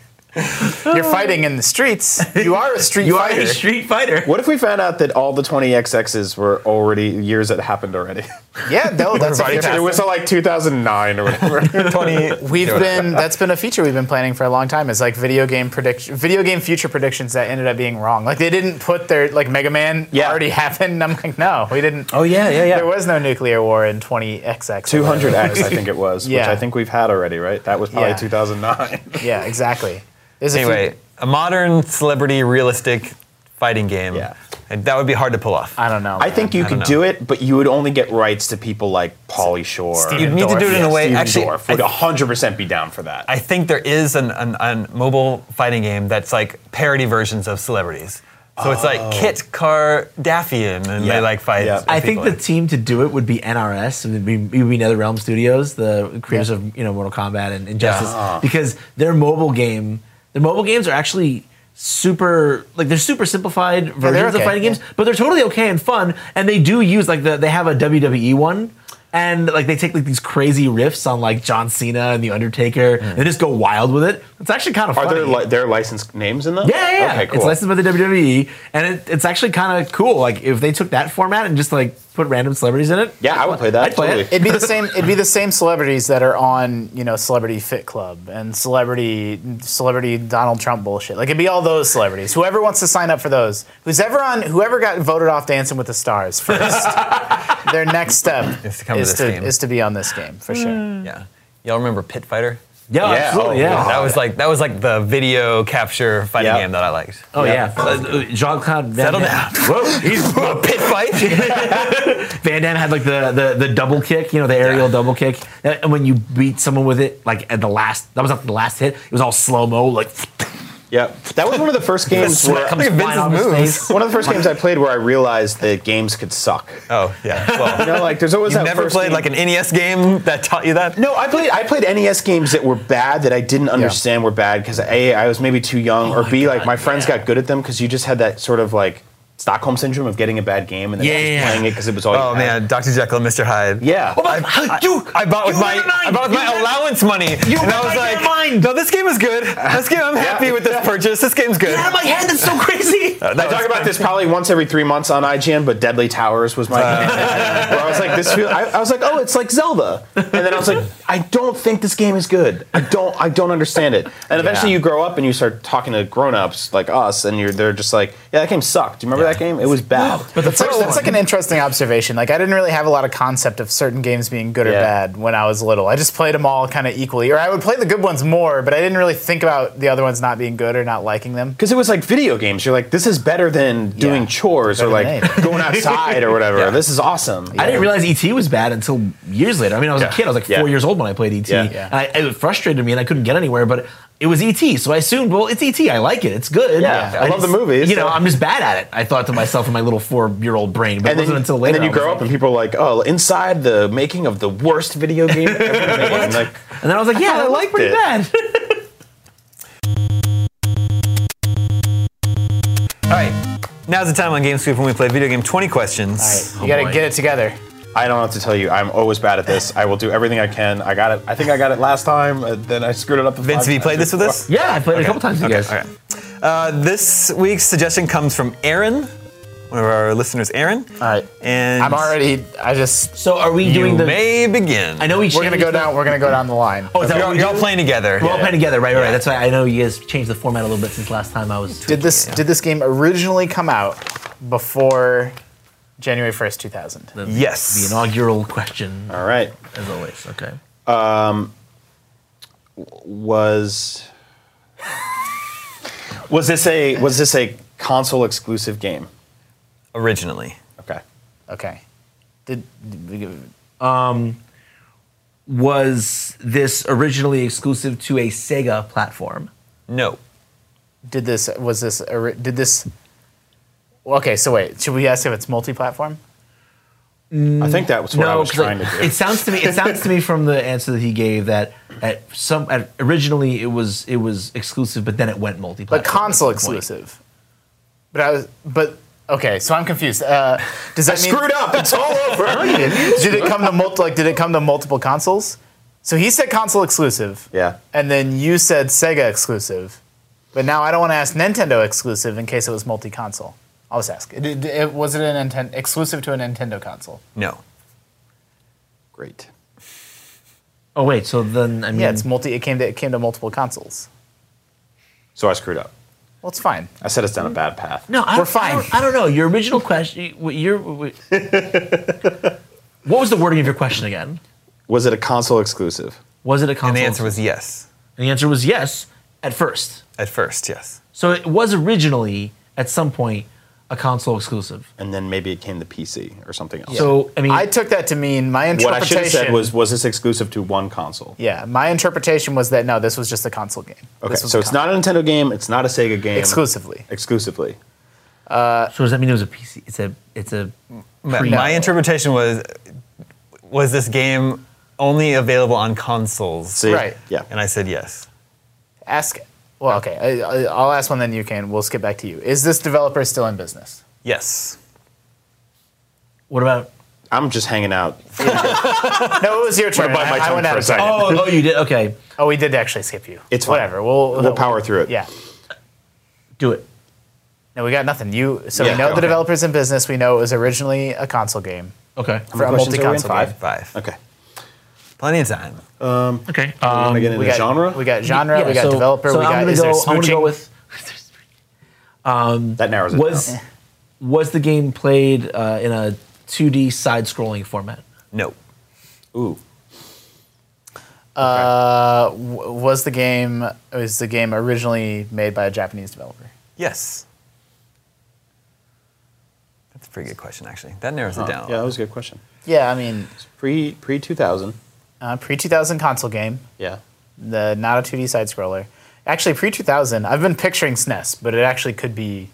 Speaker 6: You're fighting in the streets. You are a street
Speaker 2: You are
Speaker 6: fighter.
Speaker 2: a Street Fighter.
Speaker 5: What if we found out that all the 20XXs were already years that happened already?
Speaker 6: yeah, no, that's a
Speaker 5: It
Speaker 6: feature.
Speaker 5: was uh, like 2009 or whatever.
Speaker 4: Twenty.
Speaker 6: We've been that's been a feature we've been planning for a long time. Is like video game prediction, video game future predictions that ended up being wrong. Like they didn't put their like Mega Man
Speaker 5: Yeah.
Speaker 6: already happened. I'm like, no, we didn't. Oh
Speaker 2: yeah, yeah, yeah.
Speaker 6: There was no nuclear war in 20XX.
Speaker 5: 200X, I think it was, which
Speaker 6: Yeah.
Speaker 5: I think we've had already, right? That was probably
Speaker 6: Yeah.
Speaker 5: 2009.
Speaker 6: Yeah, exactly. There's a few-
Speaker 4: Anyway, a modern celebrity realistic fighting game.
Speaker 5: Yeah.
Speaker 4: And That would be hard to pull off.
Speaker 6: I don't know.
Speaker 5: I think you
Speaker 4: I don't
Speaker 5: could
Speaker 4: know.
Speaker 5: do it, but you would only get rights to people like Pauly Shore.
Speaker 6: Steven
Speaker 4: You'd need to do it in a way.
Speaker 5: Steven
Speaker 4: actually,
Speaker 5: Dorff
Speaker 4: I
Speaker 5: would 100% be down for that.
Speaker 4: I think there is an, an, an mobile fighting game that's like parody versions of celebrities. So it's like Kit Kardashian, and
Speaker 5: Oh. Yeah,
Speaker 4: they like fight.
Speaker 5: yeah.
Speaker 2: I think the
Speaker 6: E.
Speaker 4: people.
Speaker 2: team to do it would be NRS. It would be, it would be NetherRealm Studios, the creators
Speaker 6: Yeah.
Speaker 2: of you know Mortal Kombat and Injustice, because their mobile game, their mobile games are actually super like they're super simplified versions of
Speaker 6: okay,
Speaker 2: fighting games,
Speaker 6: yeah.
Speaker 2: but they're totally okay and fun. And they do use like the, they have a WWE one. And like they take like these crazy riffs on like John Cena and The Undertaker,
Speaker 6: Mm.
Speaker 2: and they just go wild with it. It's actually kind of
Speaker 5: Are
Speaker 2: funny.
Speaker 5: there li- their licensed names in them?
Speaker 2: Yeah, yeah, yeah.
Speaker 5: Okay, cool.
Speaker 2: It's licensed by the WWE, and it, it's actually kind of cool. Like if they took that format and just like put random celebrities in it.
Speaker 5: yeah, I would play that.
Speaker 2: I'd play
Speaker 5: totally.
Speaker 2: it.
Speaker 6: It'd be the same. It'd be the same celebrities that are on, you know, Celebrity Fit Club and Celebrity Celebrity Donald Trump bullshit. Like it'd be all those celebrities. Whoever wants to sign up for those, who's ever on, whoever got voted off Dancing with the Stars first, their next step
Speaker 4: Is to come to
Speaker 6: is
Speaker 4: this
Speaker 6: to
Speaker 4: game. Mm.
Speaker 6: is to be on this game for sure.
Speaker 4: Yeah. Y'all remember Pit Fighter?
Speaker 2: Yeah,
Speaker 5: Yeah,
Speaker 2: absolutely.
Speaker 5: oh,
Speaker 2: yeah.
Speaker 5: wow.
Speaker 4: That was like that was like the video capture fighting
Speaker 5: Yeah.
Speaker 4: game that I liked.
Speaker 2: Oh yeah, Jean Claude Van
Speaker 4: Settle
Speaker 2: Damme.
Speaker 4: down.
Speaker 2: Whoa, he's
Speaker 4: A pit fight.
Speaker 2: Van Damme had like the, the the double kick, you know, the aerial double kick, and when you beat someone with it, like at the last, that was not the last hit. It was all slow mo, like
Speaker 5: Yeah, that was one of the first games
Speaker 2: sweat
Speaker 5: where
Speaker 2: comes
Speaker 4: Vince's
Speaker 2: flying off his
Speaker 4: moves.
Speaker 2: face.
Speaker 5: one of the first games I played where I realized that games could suck.
Speaker 4: oh yeah. Well,
Speaker 5: You know, like there's always
Speaker 4: you
Speaker 5: that
Speaker 4: never
Speaker 5: first
Speaker 4: played
Speaker 5: game-
Speaker 4: like an NES game that taught you that.
Speaker 5: No, I played I played NES games that were bad that I didn't understand were bad because a I was maybe too young or b like my friends got good at them because you just had that sort of like Stockholm syndrome of getting a bad game and then
Speaker 2: Yeah,
Speaker 5: just
Speaker 2: yeah, yeah.
Speaker 5: playing it because it was all.
Speaker 4: Oh
Speaker 5: you had.
Speaker 4: man, Dr. Jekyll and Mr. Hyde.
Speaker 5: Yeah.
Speaker 4: I, I, I bought with
Speaker 2: you
Speaker 4: my
Speaker 2: read mine.
Speaker 4: I bought with
Speaker 2: You
Speaker 4: my
Speaker 2: read-
Speaker 4: allowance money, and I was
Speaker 2: read my
Speaker 4: like,
Speaker 2: mind.
Speaker 4: "No, this game is good. This game, I'm happy with this purchase. This game's good."
Speaker 2: out of my head. That's so crazy.
Speaker 5: I talk about this probably once every three months on IGN, but Deadly Towers was my.
Speaker 2: Uh.
Speaker 5: game. where I was like, this. Feel, I, I was like, oh, it's like Zelda, and then I was like, I don't think this game is good. I don't. I don't understand it. And eventually,
Speaker 2: Yeah.
Speaker 5: you grow up and you start talking to grown-ups like us, and you're they're just like, yeah, that game sucked. Do you remember that game? It was bad.
Speaker 2: But the
Speaker 6: That's, like,
Speaker 2: first
Speaker 6: that's
Speaker 2: one,
Speaker 6: like an interesting observation. Like I didn't really have a lot of concept of certain games being good or
Speaker 5: Yeah.
Speaker 6: bad when I was little. I just played them all kind of equally, or I would play the good ones more, but I didn't really think about the other ones not being good or not liking them.
Speaker 5: Because it was like video games. You're like, this is better than doing chores or
Speaker 6: Better than
Speaker 5: like
Speaker 6: anything.
Speaker 5: going outside or whatever. This is awesome.
Speaker 2: I didn't realize ET was bad until years later. I mean, I was a
Speaker 5: Yeah.
Speaker 2: kid. I was like four
Speaker 5: Yeah.
Speaker 2: years old when I played ET.
Speaker 5: Yeah.
Speaker 2: And I, it frustrated me, and I couldn't get anywhere. But it was ET, so I assumed, well, it's ET. I like it. It's good.
Speaker 5: Yeah. I love
Speaker 2: just-
Speaker 5: the movies,
Speaker 2: You know,
Speaker 5: so-
Speaker 2: I'm just bad at it. I thought to myself in my little four-year-old brain. But it
Speaker 5: And then,
Speaker 2: wasn't until
Speaker 5: and
Speaker 2: later.
Speaker 5: then
Speaker 2: I
Speaker 5: you
Speaker 2: was
Speaker 5: grow
Speaker 2: like-
Speaker 5: up and people are like, oh, inside the making of the worst video game ever made. And, like,
Speaker 2: And then I was like, yeah,
Speaker 5: I
Speaker 2: that was
Speaker 5: liked
Speaker 2: pretty
Speaker 5: it.
Speaker 2: bad.
Speaker 4: All right, now's the time on Game Scoop when we play video game 20 questions.
Speaker 6: you gotta get it together.
Speaker 5: I don't have to tell you, I'm always bad at this. I will do everything I can. I got it. I think I got it last time. uh, Then I screwed it up. the five
Speaker 4: Vince, have you played
Speaker 5: times
Speaker 4: this with us?
Speaker 2: yeah, I played it a couple times. with You guys.
Speaker 4: Okay. Uh, this week's suggestion comes from Aaron, one of our listeners, Aaron.
Speaker 6: All right.
Speaker 4: And
Speaker 6: I'm already. I just.
Speaker 2: So are we
Speaker 4: You
Speaker 2: doing the?
Speaker 4: may begin.
Speaker 2: I know we.
Speaker 6: We're gonna
Speaker 2: changed
Speaker 6: go
Speaker 2: the-
Speaker 6: down. We're gonna go down the line.
Speaker 2: Oh, is that
Speaker 4: You're,
Speaker 2: what we
Speaker 4: you're all
Speaker 2: do?
Speaker 4: playing together.
Speaker 2: We're all playing together, right? Right. That's why I know you guys changed the format a little bit since last time I was.
Speaker 6: Did this did this game originally come out before January 1st, 2000?
Speaker 2: the
Speaker 4: Yes.
Speaker 2: inaugural question,
Speaker 5: All right.
Speaker 2: as always. Okay.
Speaker 5: Was was this a was this a console exclusive game?
Speaker 4: Originally.
Speaker 5: Okay.
Speaker 6: Okay. Did, did we give-
Speaker 2: Was this originally exclusive to a Sega platform?
Speaker 4: No.
Speaker 6: did this was this ori- did this well, Okay, so wait, should we ask if it's multi-platform?
Speaker 5: I think that was what I was
Speaker 2: 'cause
Speaker 5: trying
Speaker 2: it,
Speaker 5: to do.
Speaker 2: it sounds to me. It sounds to me from the answer that he gave that at some at, originally it was it was exclusive, but then it went multi-platform.
Speaker 6: But console
Speaker 2: at some point.
Speaker 6: exclusive. But I was but okay, so I'm confused. Uh, does that mean
Speaker 5: Screwed up. It's all over.
Speaker 6: did it come to multi like did it come to multiple consoles? So he said console exclusive.
Speaker 5: yeah.
Speaker 6: And then you said Sega exclusive. But now I don't want to ask Nintendo exclusive in case it was multi console. I'll just ask. It- it- it- was it a Ninten- exclusive to a Nintendo console?
Speaker 4: No.
Speaker 5: Great.
Speaker 2: Oh wait, so then I mean,
Speaker 6: Yeah, it's multi. It came to it came to multiple consoles.
Speaker 5: So I screwed up.
Speaker 6: Well, it's fine.
Speaker 5: I set us down a bad path.
Speaker 2: no, I,
Speaker 6: we're
Speaker 2: don't- I don't, I
Speaker 6: fine.
Speaker 2: don't know. Your original question. Your what was the wording of your question again?
Speaker 5: Was it a console exclusive?
Speaker 2: Was it a console?
Speaker 4: And the answer was yes.
Speaker 2: And the answer was yes at first.
Speaker 4: At first, yes.
Speaker 2: So it was originally at some point a console exclusive.
Speaker 5: And then maybe it came to PC or something else.
Speaker 2: So I mean,
Speaker 6: I took that to mean my
Speaker 5: what I
Speaker 6: interpretation.
Speaker 5: should have said was, was this exclusive to one console?
Speaker 6: yeah, my interpretation was that no, this was just a console game.
Speaker 5: Okay,
Speaker 6: This was
Speaker 5: so
Speaker 6: a
Speaker 5: it's
Speaker 6: console-
Speaker 5: not a Nintendo game. It's not a Sega game.
Speaker 6: exclusively.
Speaker 5: Exclusively.
Speaker 2: so does that mean it was a PC? It's a it's a
Speaker 4: My,
Speaker 2: pre-
Speaker 4: my interpretation was was this game only available on consoles?
Speaker 5: See?
Speaker 6: Right.
Speaker 5: Yeah.
Speaker 4: And I said yes.
Speaker 6: Ask. Well, okay, I, I- I'll ask one, then you can. We'll skip back to you. Is this developer still in business?
Speaker 4: Yes.
Speaker 2: What about?
Speaker 5: I'm just hanging out.
Speaker 6: No, it was your turn.
Speaker 5: bite my
Speaker 6: I, I
Speaker 5: tongue
Speaker 6: went
Speaker 5: for
Speaker 6: out
Speaker 5: a
Speaker 6: of time.
Speaker 5: second.
Speaker 2: Oh, oh, you did. Okay,
Speaker 6: Oh, we did actually skip you.
Speaker 5: It's fine.
Speaker 6: whatever. We'll,
Speaker 5: We'll power through it.
Speaker 6: Yeah.
Speaker 2: do it.
Speaker 6: No, we got nothing. You. So
Speaker 5: Yeah,
Speaker 6: we know
Speaker 5: okay.
Speaker 6: the developer's in business. We know it was originally a console game
Speaker 2: Okay.
Speaker 6: for
Speaker 5: questions are
Speaker 6: a
Speaker 5: we in?
Speaker 6: multi-console
Speaker 5: Five?
Speaker 6: game.
Speaker 4: Five.
Speaker 5: Okay.
Speaker 4: Plenty of time.
Speaker 2: Okay.
Speaker 5: I'm going
Speaker 2: Um,
Speaker 5: to get
Speaker 6: We
Speaker 5: into
Speaker 6: got
Speaker 5: genre.
Speaker 6: We got genre.
Speaker 2: yeah,
Speaker 6: we got
Speaker 2: so-
Speaker 6: developer.
Speaker 2: so
Speaker 6: we
Speaker 2: I'm
Speaker 6: got
Speaker 2: gonna
Speaker 6: is there
Speaker 2: go, I'm gonna
Speaker 6: smooching?
Speaker 2: go with
Speaker 5: that narrows it
Speaker 2: was
Speaker 5: down.
Speaker 2: was the game played uh, in a 2D side-scrolling format?
Speaker 4: No.
Speaker 5: Ooh.
Speaker 6: Uh, w- was the game was the game originally made by a Japanese developer?
Speaker 4: Yes. That's a pretty good question, actually. That narrows it down.
Speaker 5: Yeah, that was a good question.
Speaker 6: Yeah, I mean,
Speaker 5: Pre pre two thousand.
Speaker 6: uh, pre two thousand console game,
Speaker 5: Yeah.
Speaker 6: the not a two D side scroller. Actually, pre two thousand, I've been picturing SNES, but it actually could be.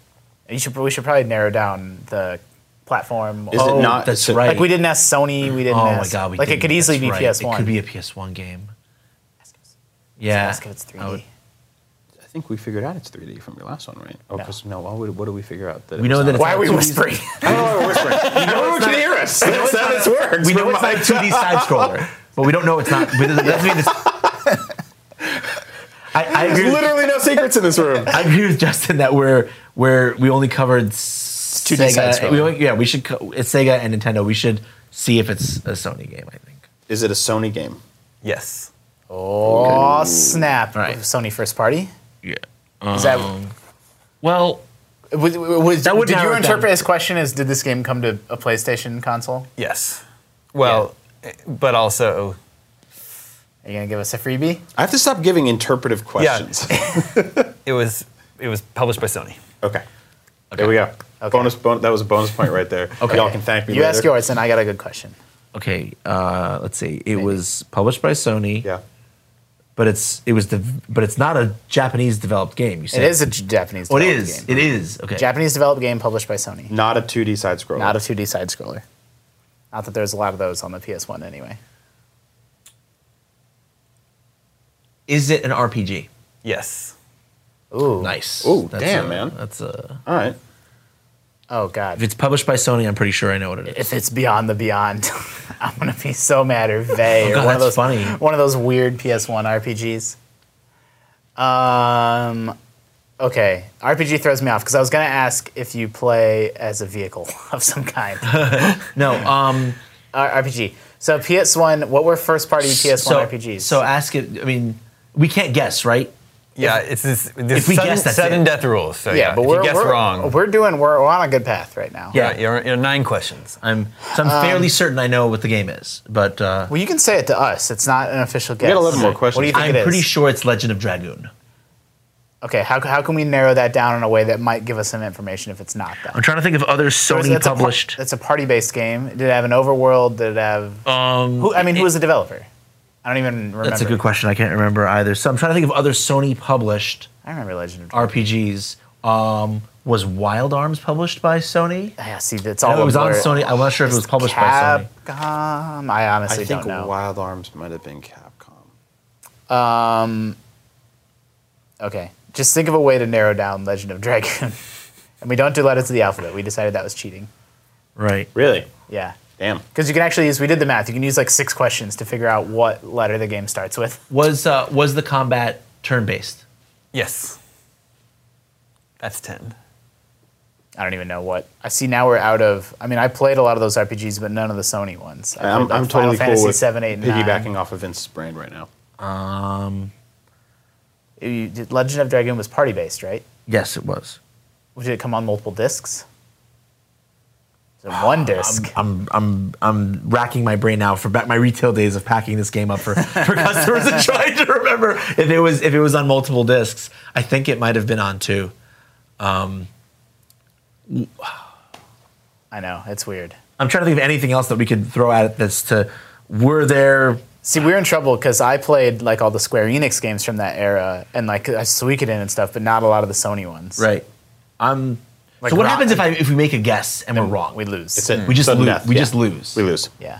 Speaker 6: You should we should probably narrow down the platform.
Speaker 5: Is
Speaker 6: Oh,
Speaker 5: it not?
Speaker 2: that's
Speaker 5: is it-
Speaker 2: right.
Speaker 6: Like we didn't ask Sony, we didn't
Speaker 2: Oh my
Speaker 6: ask.
Speaker 2: god, we
Speaker 6: like it
Speaker 2: didn't.
Speaker 6: could easily
Speaker 2: That's
Speaker 6: be
Speaker 2: right.
Speaker 6: PS One.
Speaker 2: It could be a PS1 game. Yeah.
Speaker 6: Ask if it's
Speaker 2: E I
Speaker 6: 3D.
Speaker 2: would-
Speaker 5: I think we figured out it's 3D from your last one, right? Oh,
Speaker 6: No.
Speaker 5: because no. why would, what do we figure out? That it
Speaker 2: We
Speaker 5: was
Speaker 2: know that
Speaker 5: not
Speaker 2: it's
Speaker 6: Why are
Speaker 2: not
Speaker 6: we
Speaker 2: 2D
Speaker 6: whispering?
Speaker 5: a- I don't know why we're whispering. no one can hear us. That's how this works.
Speaker 2: We know
Speaker 5: We're
Speaker 2: it's not a 2D side scroller, but we don't know it's not. But it doesn't mean it's. I, I agree.
Speaker 5: There's
Speaker 2: with-
Speaker 5: literally no secrets in this room.
Speaker 2: I agree with Justin that we're we're we only covered two
Speaker 6: 2D side
Speaker 2: Sega.
Speaker 6: scroller.
Speaker 2: We only, yeah, we should. Co- it's Sega and Nintendo. We should see if it's a Sony game. I think.
Speaker 5: Is it a Sony game?
Speaker 4: Yes.
Speaker 6: Oh snap!
Speaker 2: All right.
Speaker 6: Sony first party.
Speaker 2: Yeah.
Speaker 6: Is that
Speaker 2: Well,
Speaker 6: was, was,
Speaker 2: That would
Speaker 6: did
Speaker 2: narrow
Speaker 6: you
Speaker 2: it down.
Speaker 6: interpret his question as did this game come to a PlayStation console?
Speaker 4: Yes. Well, eh, but also,
Speaker 6: Are you gonna give us a freebie?
Speaker 5: I have to stop giving interpretive questions.
Speaker 4: it was it was published by Sony.
Speaker 5: okay. There we go.
Speaker 6: Okay.
Speaker 5: Bonus, bon- that was a bonus point right there.
Speaker 2: Okay.
Speaker 5: Y'all can thank me
Speaker 6: You
Speaker 5: later.
Speaker 6: ask yours, and I got a good question.
Speaker 2: okay. Uh, let's see. It was published by Sony.
Speaker 5: Yeah.
Speaker 2: But it's it was the but it's not a Japanese developed game. You said
Speaker 6: It is a j- Japanese.
Speaker 2: Oh, it
Speaker 6: developed
Speaker 2: is.
Speaker 6: Game.
Speaker 2: It is. Okay.
Speaker 6: Japanese developed game published by Sony.
Speaker 5: Not a 2D side scroller.
Speaker 6: Not a 2D side scroller. Not that there's a lot of those on the PS1 anyway.
Speaker 2: is it an RPG?
Speaker 4: Yes.
Speaker 6: Ooh.
Speaker 2: Nice.
Speaker 5: Ooh,
Speaker 2: That's
Speaker 5: damn,
Speaker 2: a-
Speaker 5: man.
Speaker 2: That's a.
Speaker 5: All right.
Speaker 6: Oh
Speaker 2: If
Speaker 6: god.
Speaker 2: it's published by Sony, I'm pretty sure I know what it is.
Speaker 6: If it's beyond the beyond, I'm gonna be so mad or Vey
Speaker 2: Oh,
Speaker 6: or
Speaker 2: God,
Speaker 6: one of
Speaker 2: that's
Speaker 6: those
Speaker 2: funny.
Speaker 6: one of those weird PS1 RPGs. Um, okay, RPG throws me off because I was gonna ask if you play as a vehicle of some kind.
Speaker 2: No. Um.
Speaker 6: Uh, RPG. So PS1, what were first party PS1
Speaker 2: so,
Speaker 6: RPGs?
Speaker 2: So ask it. I mean, we can't guess, right?
Speaker 4: Yeah, it's this, this
Speaker 2: if we
Speaker 4: sudden,
Speaker 2: guess, that's
Speaker 4: sudden
Speaker 2: it.
Speaker 4: death rules. So yeah,
Speaker 6: yeah, but
Speaker 4: if
Speaker 6: we're,
Speaker 4: you guess
Speaker 6: we're-
Speaker 4: wrong,
Speaker 6: We're doing we're, we're on a good path right now.
Speaker 2: Yeah.
Speaker 4: yeah, you're, you're nine questions.
Speaker 2: I'm. So I'm
Speaker 6: Um,
Speaker 2: fairly certain I know what the game is, but uh,
Speaker 6: Well, you can say it to us. It's not an official guess.
Speaker 5: got 11 more
Speaker 6: What do you
Speaker 5: questions.
Speaker 6: think
Speaker 2: I'm
Speaker 6: it is?
Speaker 2: pretty sure it's Legend of Dragoon.
Speaker 6: Okay, how, how can we narrow that down in a way that might give us some information if it's not that?
Speaker 2: I'm trying to think of other Sony
Speaker 6: That's a par-
Speaker 2: published.
Speaker 6: that's a party-based game. Did it have an overworld? Did it have?
Speaker 2: um,
Speaker 6: who, I mean, who
Speaker 2: it-
Speaker 6: was the developer? I don't even remember.
Speaker 2: That's a good question. I can't remember either. So I'm trying to think of other Sony published
Speaker 6: I remember Legend of.
Speaker 2: RPGs. Um, was Wild Arms published by Sony?
Speaker 6: Yeah, see, that's
Speaker 2: No,
Speaker 6: all.
Speaker 2: it was
Speaker 6: a
Speaker 2: on
Speaker 6: blur.
Speaker 2: Sony. I'm not sure if it was published by Sony.
Speaker 6: Capcom. I honestly
Speaker 5: I think
Speaker 6: don't know.
Speaker 5: Wild Arms might have been Capcom.
Speaker 6: Okay, just think of a way to narrow down Legend of Dragoon, and we don't do letters of the alphabet. We decided that was cheating.
Speaker 2: Right.
Speaker 5: Really?
Speaker 6: Yeah,
Speaker 5: Damn.
Speaker 6: because you can actually use. We did the math. You can use like six questions to figure out what letter the game starts with.
Speaker 2: Was uh, was the combat turn based?
Speaker 4: Yes. That's ten.
Speaker 6: I don't even know what. I see now we're out of. I mean, I played a lot of those RPGs, but none of the Sony ones. I
Speaker 5: I'm,
Speaker 6: played, like,
Speaker 5: I'm
Speaker 6: Final
Speaker 5: totally
Speaker 6: Fantasy
Speaker 5: cool with
Speaker 6: seven, eight, and
Speaker 5: piggybacking
Speaker 6: nine.
Speaker 5: off of Vince's brain right now.
Speaker 2: Um,
Speaker 6: You did- Legend of Dragoon was party based, right?
Speaker 2: yes, it was.
Speaker 6: Did it come on multiple discs? Was it one disc?
Speaker 2: I'm I'm I'm racking my brain now for back my retail days of packing this game up for, for customers and trying to remember if it was if it was on multiple discs. I think it might have been on two.
Speaker 6: I know it's weird.
Speaker 2: I'm trying to think of anything else that we could throw at this to were there
Speaker 6: See, we're in trouble because I played like all the Square Enix games from that era, and like I Suikoden and stuff, but not a lot of the Sony ones.
Speaker 2: right. I'm
Speaker 6: Like
Speaker 2: so what
Speaker 6: Ra-
Speaker 2: happens if I if we make a guess and we're wrong?
Speaker 6: We lose.
Speaker 5: It's it.
Speaker 2: We just
Speaker 5: Sudden
Speaker 2: lose.
Speaker 5: death,
Speaker 2: We
Speaker 5: yeah.
Speaker 2: just lose.
Speaker 5: We lose.
Speaker 6: Yeah.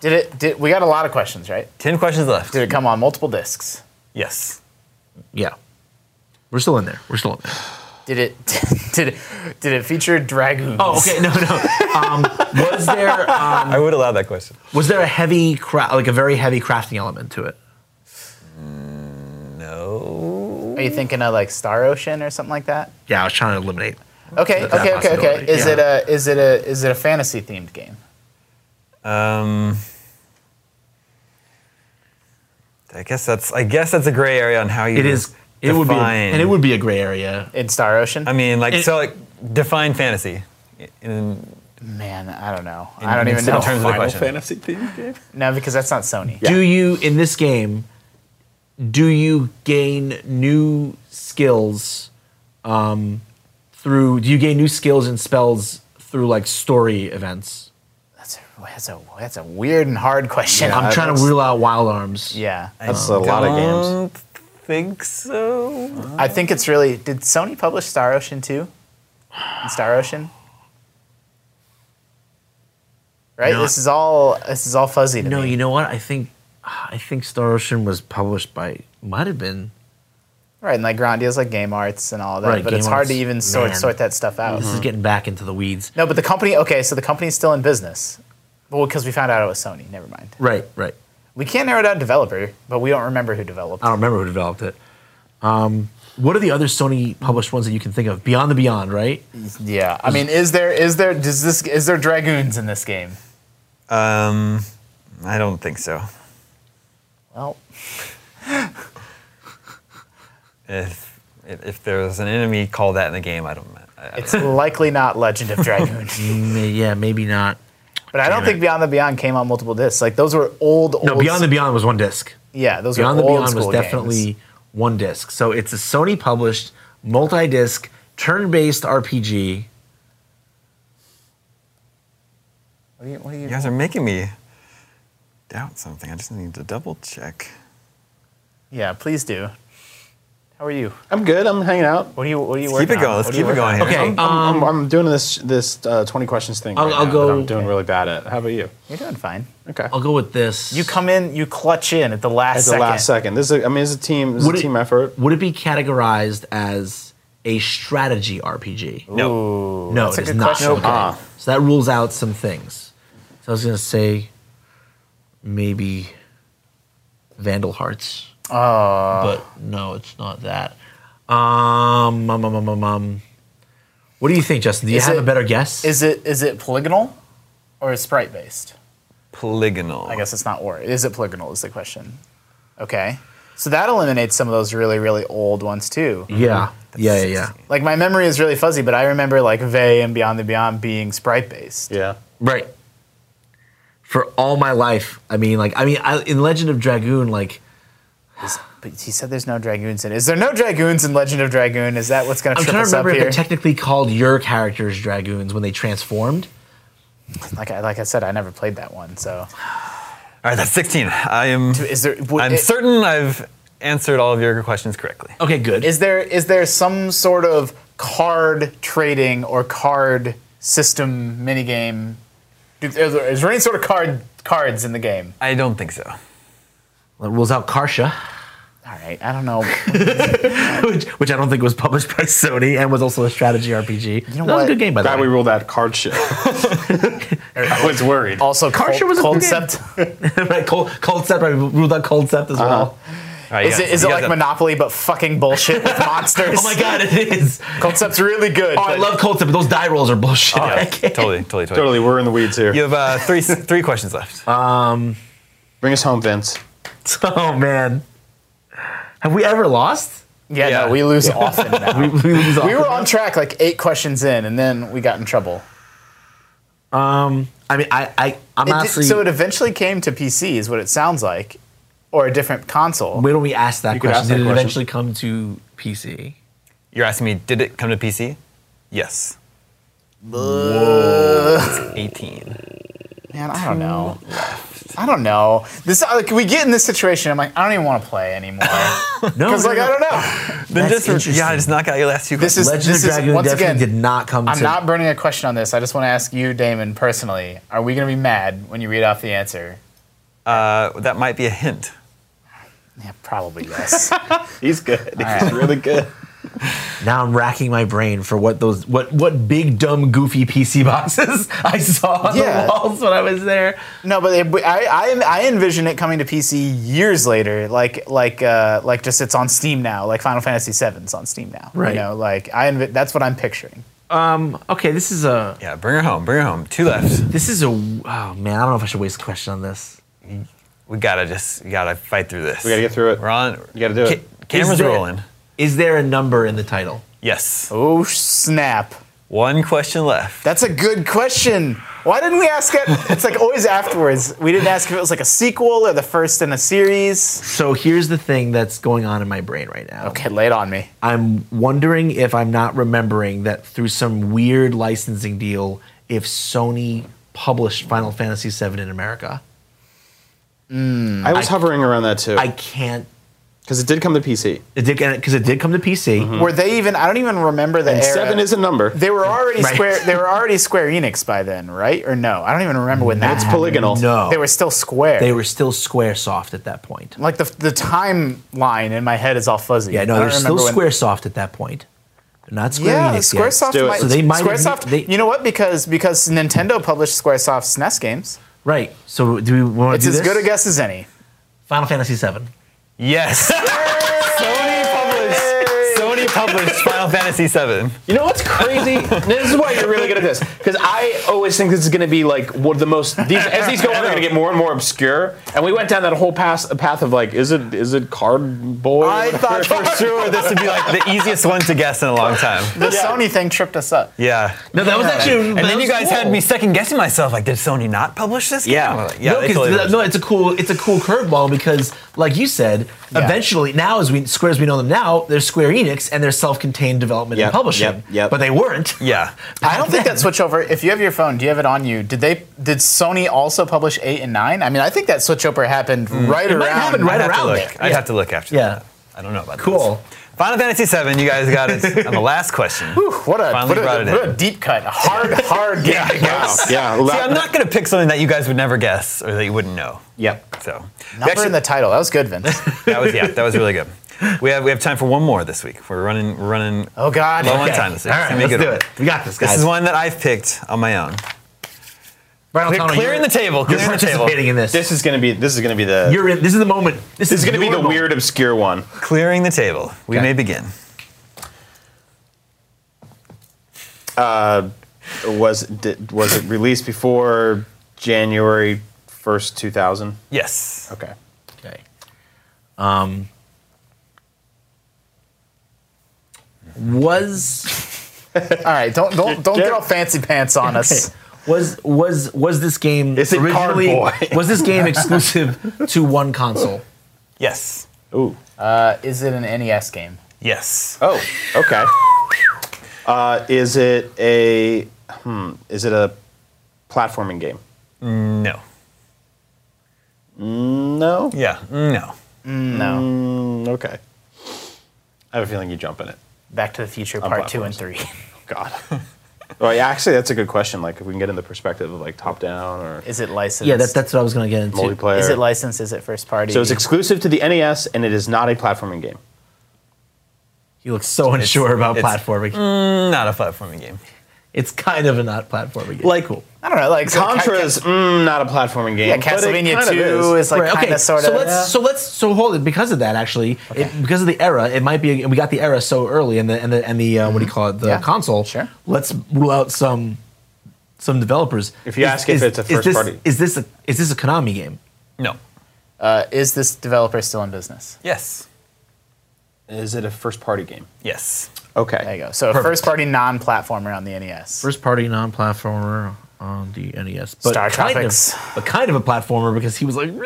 Speaker 6: Did it? Did we got a lot of questions right?
Speaker 4: Ten questions left.
Speaker 6: Did it come on multiple discs?
Speaker 4: Yes.
Speaker 2: Yeah, we're still in there. We're still in there.
Speaker 6: Did it? Did it? Did it feature dragoons?
Speaker 2: Oh, okay. No, no. Um, was there um,
Speaker 4: I would allow that question.
Speaker 2: was there a heavy cra- like a very heavy crafting element to it?
Speaker 4: No.
Speaker 6: Are you thinking of like Star Ocean or something like that?
Speaker 2: Yeah, I was trying to eliminate.
Speaker 6: Okay,
Speaker 2: That's a
Speaker 6: okay, okay, okay.
Speaker 2: possibility,
Speaker 6: Is
Speaker 2: yeah.
Speaker 6: it a is it a is it a fantasy themed game?
Speaker 4: Um. I guess that's I guess that's a gray area on how you.
Speaker 2: It is. It would be,
Speaker 4: define-
Speaker 2: and it would be a gray area.
Speaker 6: In Star Ocean?
Speaker 4: I mean, like
Speaker 2: it-
Speaker 4: so, like define fantasy. In,
Speaker 6: Man, I don't know. I don't even
Speaker 4: in
Speaker 6: know.
Speaker 4: terms of the question.
Speaker 5: Fantasy theme game?
Speaker 6: No, because that's not Sony.
Speaker 2: Do you in this game do you gain new skills um, through? Do you gain new skills and spells through like story events?
Speaker 6: That's a, that's a that's a weird and hard question.
Speaker 2: I'm
Speaker 5: I-
Speaker 2: trying to
Speaker 5: that's-
Speaker 2: rule out wild arms.
Speaker 6: yeah.
Speaker 5: That's a lot of games.
Speaker 4: Don't think so.
Speaker 6: I think it's really. Did Sony publish Star Ocean 2? And Star Ocean? Right.
Speaker 2: No.
Speaker 6: This is all. This is all fuzzy to
Speaker 2: No,
Speaker 6: me.
Speaker 2: you know what? I think I think Star Ocean was published by might have been.
Speaker 6: right. And like Grand deals like Game Arts and all that,
Speaker 2: Right,
Speaker 6: but
Speaker 2: Game
Speaker 6: it's hard
Speaker 2: Arts,
Speaker 6: to even sort
Speaker 2: man.
Speaker 6: sort that stuff out.
Speaker 2: This is getting back into the weeds.
Speaker 6: No, but the company. Okay, so the company's still in business. Well, because we found out it was Sony. Never mind.
Speaker 2: Right, right.
Speaker 6: We can't narrow down developer, but we don't remember who developed.
Speaker 2: I don't remember who developed it. Um, what are the other Sony published ones that you can think of? Beyond the Beyond, right?
Speaker 6: Yeah, I mean, is there is there does this is there dragoons in this game?
Speaker 4: Um, I don't think so.
Speaker 6: Well,
Speaker 4: If if, if there's an enemy called that in the game, I don't. I,
Speaker 6: it's likely not Legend of Dragoon,
Speaker 2: Mm, Yeah, maybe not.
Speaker 6: but I don't think Beyond the Beyond came on multiple discs. Like those were old.
Speaker 2: No,
Speaker 6: old
Speaker 2: Beyond the Beyond was one disc.
Speaker 6: yeah, those
Speaker 2: Beyond
Speaker 6: were
Speaker 2: the
Speaker 6: old
Speaker 2: Beyond was
Speaker 6: school
Speaker 2: definitely
Speaker 6: games.
Speaker 2: one disc. So it's a Sony published multi disc turn based RPG.
Speaker 6: What do you, what do you,
Speaker 4: you guys are making me doubt something. I just need to double check.
Speaker 6: yeah, please do. How are you?
Speaker 5: I'm good. I'm hanging out.
Speaker 6: What are you? What are you
Speaker 4: Keep
Speaker 6: working
Speaker 4: it going.
Speaker 6: on?
Speaker 4: Let's
Speaker 6: What are you
Speaker 4: keep it
Speaker 6: working
Speaker 4: going
Speaker 6: on?
Speaker 4: here.
Speaker 2: Okay,
Speaker 5: I'm, I'm, I'm doing this this uh, 20 questions thing.
Speaker 2: Um, I'll-
Speaker 5: right
Speaker 2: I'll
Speaker 5: now
Speaker 2: go-
Speaker 5: that I'm doing really bad at. How about you?
Speaker 6: You're doing fine.
Speaker 5: Okay.
Speaker 2: I'll go with this.
Speaker 6: You come in, you clutch in at the last
Speaker 5: at the
Speaker 6: second.
Speaker 5: last second. This is. A, I mean, it's a team. It's a
Speaker 2: Would it-
Speaker 5: team effort.
Speaker 2: Would it be categorized as a strategy RPG?
Speaker 4: No.
Speaker 6: Ooh,
Speaker 2: no,
Speaker 6: that's
Speaker 2: it
Speaker 6: a
Speaker 2: is
Speaker 6: good
Speaker 2: not.
Speaker 6: question. Ah.
Speaker 2: Okay. So that rules out some things. So I was going to say maybe Vandal Hearts.
Speaker 6: Ah.
Speaker 2: But no, it's not that. Um, um, um, um, um, um. What do you think, Justin? Do you
Speaker 6: Is
Speaker 2: have
Speaker 6: it-
Speaker 2: a better guess?
Speaker 6: Is it is it polygonal or is sprite based?
Speaker 4: Polygonal.
Speaker 6: I guess it's not or is it polygonal is the question. Okay. So that eliminates some of those really, really old ones too.
Speaker 2: yeah. Yeah, yeah, yeah.
Speaker 6: Like my memory is really fuzzy, but I remember like Vey and Beyond the Beyond being sprite based.
Speaker 5: Yeah.
Speaker 2: Right. For all my life, I mean, like, I mean, I, in Legend of Dragoon, like,
Speaker 6: But he said there's no dragoons in. Is there no dragoons in Legend of Dragoon? Is that what's going to
Speaker 2: I'm
Speaker 6: trip
Speaker 2: trying to
Speaker 6: us up
Speaker 2: remember if
Speaker 6: here?
Speaker 2: it technically called your characters dragoons when they transformed.
Speaker 6: like, I, like I said, I never played that one. So
Speaker 4: All right, that's 16. I am.
Speaker 6: is there? would
Speaker 4: I'm
Speaker 6: it-
Speaker 4: certain I've answered all of your questions correctly.
Speaker 2: Okay, good.
Speaker 6: Is there is there some sort of card trading or card system minigame? Is there, is there any sort of card cards in the game?
Speaker 4: I don't think so.
Speaker 2: That rules out Karsha,
Speaker 6: All right, I don't know.
Speaker 2: which, which I don't think was published by Sony and was also a strategy RPG.
Speaker 6: know
Speaker 2: that was
Speaker 6: what?
Speaker 2: a good game, by the
Speaker 5: Glad
Speaker 2: way.
Speaker 5: we ruled that card shit. I was worried.
Speaker 6: Also,
Speaker 2: Karcher
Speaker 6: cold,
Speaker 2: was a good
Speaker 6: cold
Speaker 2: game.
Speaker 6: Sept-
Speaker 2: right, cold, cold set. Right, we ruled out cold set as
Speaker 5: Uh-huh.
Speaker 2: well.
Speaker 4: All right, you
Speaker 6: Is
Speaker 4: guys-
Speaker 6: it, is
Speaker 4: you
Speaker 6: it
Speaker 4: guys
Speaker 6: like
Speaker 4: have-
Speaker 6: Monopoly but fucking bullshit with monsters?
Speaker 2: Oh my god, it is.
Speaker 6: Concept's really good.
Speaker 2: Oh, I
Speaker 6: but-
Speaker 2: love cold set, but those die rolls are
Speaker 5: Oh,
Speaker 2: bullshit.
Speaker 4: Yeah,
Speaker 2: Okay.
Speaker 4: totally, totally, totally.
Speaker 5: Totally, we're in the weeds here.
Speaker 4: You have uh, three three questions left.
Speaker 6: Uh.
Speaker 5: Bring us home, Vince.
Speaker 2: Oh man, have we ever lost?
Speaker 6: Yeah,
Speaker 4: yeah.
Speaker 6: no, we lose often now. we,
Speaker 2: We lose
Speaker 6: were on track like eight questions in, and then we got in trouble.
Speaker 2: I mean, I, I, I'm
Speaker 6: It did-
Speaker 2: honestly.
Speaker 6: so it eventually came to PC, is what it sounds like, or a different console.
Speaker 2: where do we ask that
Speaker 5: could
Speaker 2: question?
Speaker 5: ask
Speaker 2: Did
Speaker 5: that
Speaker 2: it
Speaker 5: question.
Speaker 2: eventually come to PC?
Speaker 4: You're asking me, did it come to PC? Yes. Whoa. 18.
Speaker 6: Man, I don't know. I don't know. This uh, like we get in this situation. I'm like, I don't even want to play anymore.
Speaker 2: No,
Speaker 6: Because
Speaker 2: no,
Speaker 6: like
Speaker 2: no.
Speaker 6: I don't know.
Speaker 4: Then
Speaker 2: That's
Speaker 4: just, yeah,
Speaker 2: interesting.
Speaker 4: just knock out your last two
Speaker 6: This
Speaker 4: questions.
Speaker 6: is
Speaker 2: Legend
Speaker 6: this
Speaker 2: of
Speaker 6: is
Speaker 2: Dragoon
Speaker 6: once
Speaker 2: definitely
Speaker 6: again.
Speaker 2: did not come
Speaker 6: I'm
Speaker 2: to.
Speaker 6: not burning a question on this. I just want to ask you, Damon, personally. Are we going to be mad when you read off the answer?
Speaker 4: Uh, that might be a hint.
Speaker 6: Yeah, probably yes.
Speaker 5: He's good. He's really good.
Speaker 2: now I'm racking my brain for what those what what big dumb goofy PC boxes I saw on
Speaker 6: Yeah.
Speaker 2: the walls when I was there.
Speaker 6: no, but it, I, I I envision it coming to PC years later. Like like uh, like just it's on Steam now. Like Final Fantasy VII's on Steam now.
Speaker 2: Right.
Speaker 6: You know, like I envi- that's what I'm picturing.
Speaker 2: Um, Okay, this is a
Speaker 4: Yeah, bring her home, bring her home. Two left.
Speaker 2: this is a oh man, I don't know if I should waste a question on this.
Speaker 4: We gotta just, we gotta fight through this.
Speaker 5: We gotta get through it.
Speaker 4: We're on.
Speaker 5: You gotta do it.
Speaker 4: Camera's
Speaker 2: Is there-
Speaker 4: rolling.
Speaker 2: Is there a number in the title?
Speaker 4: Yes.
Speaker 6: Oh snap!
Speaker 4: One question left.
Speaker 6: That's a good question. Why didn't we ask it? It's like always afterwards. We didn't ask if it was like a sequel or the first in a series.
Speaker 2: So here's the thing that's going on in my brain right now.
Speaker 6: Okay, lay it on me.
Speaker 2: I'm wondering if I'm not remembering that through some weird licensing deal, if Sony published Final Fantasy VII in America.
Speaker 5: I was hovering around that too
Speaker 2: I can't.
Speaker 5: because it did come to PC.
Speaker 2: It did because it did come to PC.
Speaker 6: Mm. Were they even? I don't even remember the
Speaker 5: And
Speaker 6: era.
Speaker 5: seven is a number.
Speaker 6: They were already
Speaker 2: Right.
Speaker 6: square. They were already Square Enix by then, right? Or no? I don't even remember when that.
Speaker 5: it's
Speaker 6: happened.
Speaker 5: polygonal.
Speaker 2: No,
Speaker 6: They were still Square.
Speaker 2: They were still SquareSoft at that point.
Speaker 6: like the the timeline in my head is all fuzzy.
Speaker 2: Yeah,
Speaker 6: I
Speaker 2: no,
Speaker 6: don't
Speaker 2: they're still
Speaker 6: remember when-
Speaker 2: SquareSoft at that point. They're not Square
Speaker 6: Yeah,
Speaker 2: Enix yet.
Speaker 6: SquareSoft
Speaker 5: do it.
Speaker 6: might.
Speaker 5: So
Speaker 2: they might have-
Speaker 6: SquareSoft.
Speaker 2: they-
Speaker 6: you know what? Because because Nintendo published SquareSoft's NES games.
Speaker 2: Right. So do we want
Speaker 6: It's
Speaker 2: to do
Speaker 6: as
Speaker 2: this?
Speaker 6: good a guess as any.
Speaker 2: Final Fantasy VII.
Speaker 4: Yes. Sony published. Sony published Final Fantasy VII.
Speaker 5: You know what's crazy? this is why you're really good at this because I always think this is going to be like one of the most. These, as these go on, they're going to get more and more obscure. And we went down that whole path, path of like, is it is it cardboard?
Speaker 6: I thought for
Speaker 4: Sure, this would be like the easiest one to guess in a long time.
Speaker 6: The Sony thing tripped us up.
Speaker 4: Yeah.
Speaker 2: No, that was actually.
Speaker 4: And then you guys had me second guessing myself. Like, did Sony not publish this?
Speaker 5: Oh, Yeah.
Speaker 4: game? Well, yeah.
Speaker 2: no,
Speaker 4: they
Speaker 2: 'cause
Speaker 4: totally
Speaker 2: th-
Speaker 4: published
Speaker 2: no,
Speaker 4: it.
Speaker 2: it's a cool, it's a cool curveball because, like you said, eventually now as we Square as we know them now, they're Square Enix and they're self-contained development
Speaker 5: Yep,
Speaker 2: and publishing.
Speaker 5: yep, yep.
Speaker 2: But they weren't.
Speaker 4: yeah.
Speaker 6: I don't think that switchover. If you have your phone, do you have it on you? Did they? Did Sony also publish eight and nine? I mean, I think that switchover happened right
Speaker 2: Mm.
Speaker 6: around.
Speaker 2: might have happened
Speaker 4: I'd
Speaker 2: right
Speaker 4: have to
Speaker 2: around
Speaker 4: look.
Speaker 2: there.
Speaker 4: I'd
Speaker 2: Yeah.
Speaker 4: have to look after
Speaker 2: Yeah.
Speaker 4: that. I don't know about
Speaker 2: Cool.
Speaker 4: this. Final Fantasy VII, you guys got it on the last question.
Speaker 6: What a
Speaker 4: Finally
Speaker 6: what a,
Speaker 4: brought it
Speaker 6: what
Speaker 4: in.
Speaker 6: a deep cut, a hard hard game.
Speaker 5: Wow. Yeah.
Speaker 4: See, I'm not going to pick something that you guys would never guess or that you wouldn't know.
Speaker 5: Yep.
Speaker 4: So, we
Speaker 6: Number
Speaker 4: actually-
Speaker 6: in the title. That was good, Vince.
Speaker 4: that was yeah, that was really good. We have we have time for one more this week. We're running we're running
Speaker 6: Oh God.
Speaker 4: low on time this week.
Speaker 2: All
Speaker 4: It's
Speaker 2: right,
Speaker 4: gonna be
Speaker 2: let's
Speaker 4: a good
Speaker 2: do
Speaker 4: one.
Speaker 2: it. We got this, guys.
Speaker 4: This is one that I've picked on my own.
Speaker 2: Brian O'Connell,
Speaker 4: clearing
Speaker 2: you're-
Speaker 4: the table,
Speaker 2: You're
Speaker 4: clearing the table.
Speaker 2: participating in this.
Speaker 5: This is going to be. This is going to be the.
Speaker 2: You're in. This is the moment. This,
Speaker 5: this is going to be
Speaker 2: your
Speaker 5: the
Speaker 2: moment.
Speaker 5: weird, obscure one.
Speaker 4: Clearing the table. We
Speaker 2: Okay.
Speaker 4: may begin.
Speaker 5: Was did, was it released before January first, two thousand?
Speaker 4: Yes.
Speaker 5: Okay.
Speaker 2: Okay. Um, was
Speaker 6: All right, don't don't don't get all fancy pants on us.
Speaker 2: was was was this game
Speaker 5: Is it
Speaker 2: originally
Speaker 5: Cardboy?
Speaker 2: was this game exclusive to one console?
Speaker 4: Yes.
Speaker 5: Ooh.
Speaker 6: Uh, is it an NES game?
Speaker 4: Yes.
Speaker 5: Oh. Okay. Uh, is it a? Hmm. Is it a platforming game?
Speaker 4: No.
Speaker 5: No.
Speaker 4: Yeah. No.
Speaker 5: Mm.
Speaker 6: No.
Speaker 5: Okay. I have a feeling you jump in it.
Speaker 6: Back to the Future Part Two and Three.
Speaker 5: God. well, yeah, actually, that's a good question. Like, if we can get in the perspective of like top down or
Speaker 6: Is it licensed?
Speaker 2: Yeah, that, that's what I was going to get into.
Speaker 5: multiplayer.
Speaker 6: Is it licensed? Is it first party?
Speaker 5: so it's exclusive to the NES, and it is not a platforming game.
Speaker 2: He looks so unsure about
Speaker 4: it's-
Speaker 2: platforming.
Speaker 4: Not a platforming game.
Speaker 2: It's kind of a not platforming. Game.
Speaker 5: Like-
Speaker 2: cool.
Speaker 6: I don't know, like so
Speaker 5: Contra is mm, not a platforming game.
Speaker 6: Yeah,
Speaker 5: but it
Speaker 6: Castlevania
Speaker 5: kind of
Speaker 6: Two
Speaker 5: is.
Speaker 6: is like
Speaker 2: Right,
Speaker 6: kind of sort of.
Speaker 2: So let's so let's so hold it because of that actually it, because of the era it might be we got the era so early and the and the and the uh, what do you call it the
Speaker 6: Yeah,
Speaker 2: console
Speaker 6: sure.
Speaker 2: Let's rule out some some developers.
Speaker 5: If you ask if it's a
Speaker 2: is
Speaker 5: first
Speaker 2: this-
Speaker 5: party.
Speaker 2: is this a is this a Konami game?
Speaker 4: No.
Speaker 6: uh, is this developer still in business?
Speaker 4: Yes.
Speaker 5: Is it a first party game?
Speaker 4: Yes.
Speaker 5: Okay.
Speaker 6: There you go. So a
Speaker 2: Perfect.
Speaker 6: first party non-platformer on the E NES.
Speaker 2: First party non-platformer on the NES, but
Speaker 6: Star
Speaker 2: kind
Speaker 6: Tropics.
Speaker 2: of but kind of a platformer because he was like. "Meh."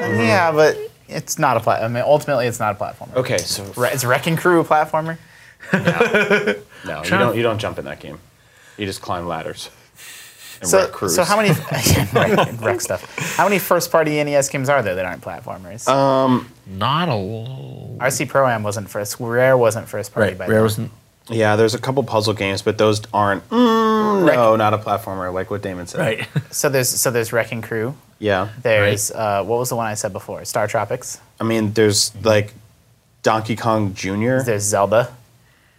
Speaker 6: Yeah,
Speaker 5: Mm-hmm.
Speaker 6: but it's not a plat. I mean, ultimately, it's not a platformer.
Speaker 5: Okay, so
Speaker 6: Re- Is Wrecking Crew a platformer?
Speaker 5: no, you
Speaker 2: Trying-
Speaker 5: don't you don't jump in that game. You just climb ladders. And
Speaker 6: So,
Speaker 5: wreck crews.
Speaker 6: so how many wreck, wreck stuff? How many first-party NES E games are there that aren't platformers?
Speaker 2: Um, Not a l-
Speaker 6: RC Pro Am wasn't first. Rare wasn't first-party
Speaker 2: right.
Speaker 6: by
Speaker 2: Rare
Speaker 6: then.
Speaker 2: wasn't.
Speaker 5: Yeah, there's a couple puzzle games, but those aren't. Mm, no, not a platformer like what Damon said.
Speaker 2: Right.
Speaker 6: So there's so there's Wrecking Crew.
Speaker 5: Yeah.
Speaker 6: There's uh, what was the one I said before? Star Tropics.
Speaker 5: I mean, there's like Donkey Kong Jr.
Speaker 6: There's Zelda.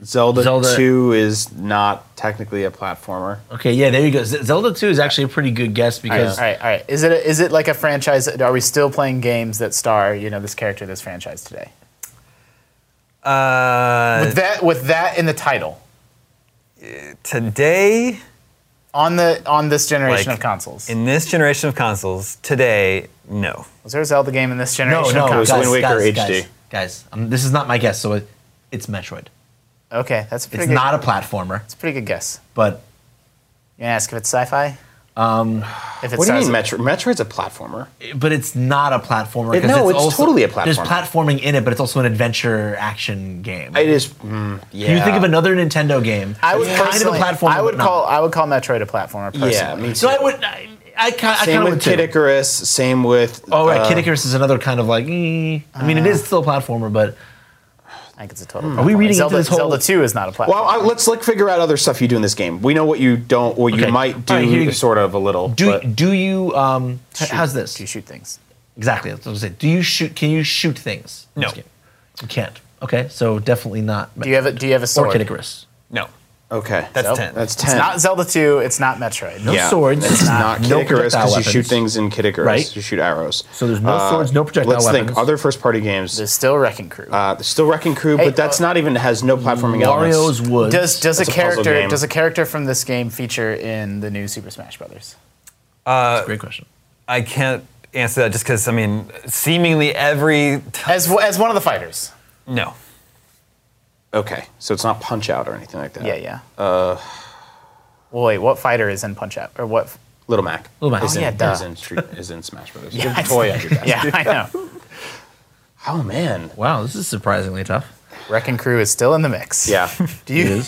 Speaker 5: Zelda,
Speaker 2: Zelda-
Speaker 5: 2 is not technically a platformer.
Speaker 2: Okay. Yeah. There you go. Z- Zelda Two is actually a pretty good guess
Speaker 6: All right,
Speaker 2: because
Speaker 6: all right, all right. Is it a, is it like a franchise? Are we still playing games that star you know this character, this franchise today?
Speaker 4: Uh,
Speaker 6: With that with that in the title
Speaker 4: today,
Speaker 6: on the on this generation
Speaker 4: Like,
Speaker 6: of consoles.
Speaker 4: in this generation of consoles, today, no.
Speaker 6: was there a Zelda game in this
Speaker 2: No,
Speaker 6: generation?
Speaker 2: no,
Speaker 6: of
Speaker 5: was
Speaker 6: consoles?
Speaker 5: Wind Waker
Speaker 2: guys,
Speaker 5: HD.
Speaker 2: Guys, guys um, this is not my guess, so it, it's Metroid.
Speaker 6: Okay, that's a pretty
Speaker 2: It's
Speaker 6: good,
Speaker 2: not a platformer,
Speaker 6: that's a pretty good guess.
Speaker 2: but
Speaker 6: You gonna ask if it's sci-fi? Um, if it's
Speaker 5: What do you mean Metro? Metroid's a platformer.
Speaker 2: but it's not a platformer.
Speaker 5: It-
Speaker 2: 'cause
Speaker 5: no, it's
Speaker 2: also-
Speaker 5: totally a
Speaker 2: There's
Speaker 5: platformer.
Speaker 2: platforming in it, but it's also an adventure action game.
Speaker 5: It is. Mm, yeah.
Speaker 2: Can you think of another Nintendo game?
Speaker 6: I would
Speaker 2: that's kind of a
Speaker 6: personally-
Speaker 2: platformer.
Speaker 6: I would
Speaker 2: but not?
Speaker 6: call I would call Metroid a platformer. Personally.
Speaker 5: Yeah, me too.
Speaker 2: So I would. I, I, ki-
Speaker 5: same
Speaker 2: I kind of
Speaker 5: with
Speaker 2: would
Speaker 5: Kid
Speaker 2: too.
Speaker 5: Icarus. Same with.
Speaker 2: Oh right,
Speaker 5: uh,
Speaker 2: Kid Icarus is another kind of like. eh. I mean, it is still a platformer, but
Speaker 6: I think it's a total.
Speaker 2: we
Speaker 6: platformer.
Speaker 2: reading into
Speaker 6: Zelda,
Speaker 2: this whole-
Speaker 6: Zelda Two is not a platformer.
Speaker 5: Well, I, let's like figure out other stuff you do in this game. We know what you don't, or you
Speaker 2: Okay.
Speaker 5: might do,
Speaker 2: All right, here you go.
Speaker 5: sort of a little.
Speaker 2: do
Speaker 5: but-
Speaker 2: do you? Um, h-
Speaker 6: Shoot-
Speaker 2: how's this?
Speaker 6: Do you shoot things?
Speaker 2: Exactly. That's what I'm saying. Do you shoot? Can you shoot things? in
Speaker 4: No.
Speaker 2: this game? You can't. Okay, so definitely not.
Speaker 6: Do you have a, Do you have a sword?
Speaker 2: or Kid Icarus?
Speaker 4: No,
Speaker 5: okay,
Speaker 4: that's
Speaker 6: Nope.
Speaker 4: ten.
Speaker 5: that's ten.
Speaker 6: It's not Zelda Two. It's not Metroid.
Speaker 2: No
Speaker 5: yeah.
Speaker 2: swords.
Speaker 5: It's not Kid
Speaker 2: no
Speaker 5: Icarus because
Speaker 2: projectile
Speaker 5: you shoot
Speaker 2: weapons.
Speaker 5: things in Kid Icarus.
Speaker 2: Right.
Speaker 5: You shoot arrows. Uh,
Speaker 2: So there's no swords, no projectile
Speaker 5: Let's think.
Speaker 2: weapons.
Speaker 5: Other first-party games.
Speaker 6: There's still Wrecking Crew.
Speaker 5: uh, still Wrecking Crew,
Speaker 6: Hey,
Speaker 5: but that's
Speaker 6: uh,
Speaker 5: not even has no platforming
Speaker 2: Wario's
Speaker 5: elements.
Speaker 2: Woods.
Speaker 6: does does a
Speaker 5: That's a puzzle
Speaker 6: character
Speaker 5: game.
Speaker 6: does a character from this game feature in the new Super Smash Brothers?
Speaker 2: That's a great question.
Speaker 4: I can't answer that just because I mean, seemingly every t-
Speaker 6: As as one of the fighters.
Speaker 4: no.
Speaker 5: Okay, so it's not Punch Out or anything like that.
Speaker 6: Yeah, yeah. Uh, Wait, what fighter is in Punch Out? Or what?
Speaker 5: Little Mac.
Speaker 2: Little Mac.
Speaker 5: Is
Speaker 2: Oh,
Speaker 5: in,
Speaker 6: yeah, duh.
Speaker 5: Is in, Street- is in Smash Brothers.
Speaker 6: Yeah, I-
Speaker 5: Boy, I did that.
Speaker 6: Yeah, I know.
Speaker 5: Oh man.
Speaker 2: Wow, this is surprisingly tough.
Speaker 6: Wrecking Crew is still in the mix.
Speaker 5: Yeah.
Speaker 6: Do you?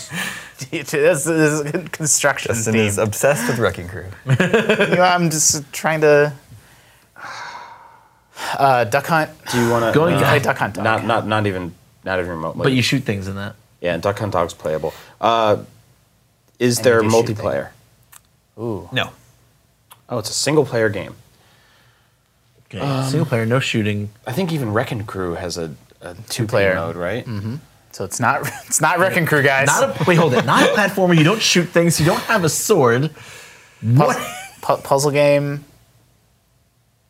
Speaker 6: do you- this, this is a good construction
Speaker 4: Justin
Speaker 6: theme.
Speaker 4: is obsessed with Wrecking Crew.
Speaker 6: You know, I'm just trying to. Uh, Duck Hunt.
Speaker 5: Do you want to
Speaker 2: Going
Speaker 6: Play Duck Hunt Dog.
Speaker 5: Not not not even not even remotely.
Speaker 2: But you shoot things in that.
Speaker 5: yeah, and Duck Hunt Dog's playable. Uh, is
Speaker 6: you
Speaker 5: there
Speaker 6: do shoot
Speaker 5: multiplayer?
Speaker 4: No,
Speaker 5: Oh, it's a single player game.
Speaker 2: Okay. Um, Single player, no shooting.
Speaker 5: I think even Wrecking Crew has a, a two
Speaker 6: player.
Speaker 5: player mode, right? Mm-hmm.
Speaker 6: so it's not it's not Wrecking Crew, guys.
Speaker 2: Not a wait, hold it. Not a platformer. You don't shoot things. You don't have a sword. What?
Speaker 6: Pu- puzzle game.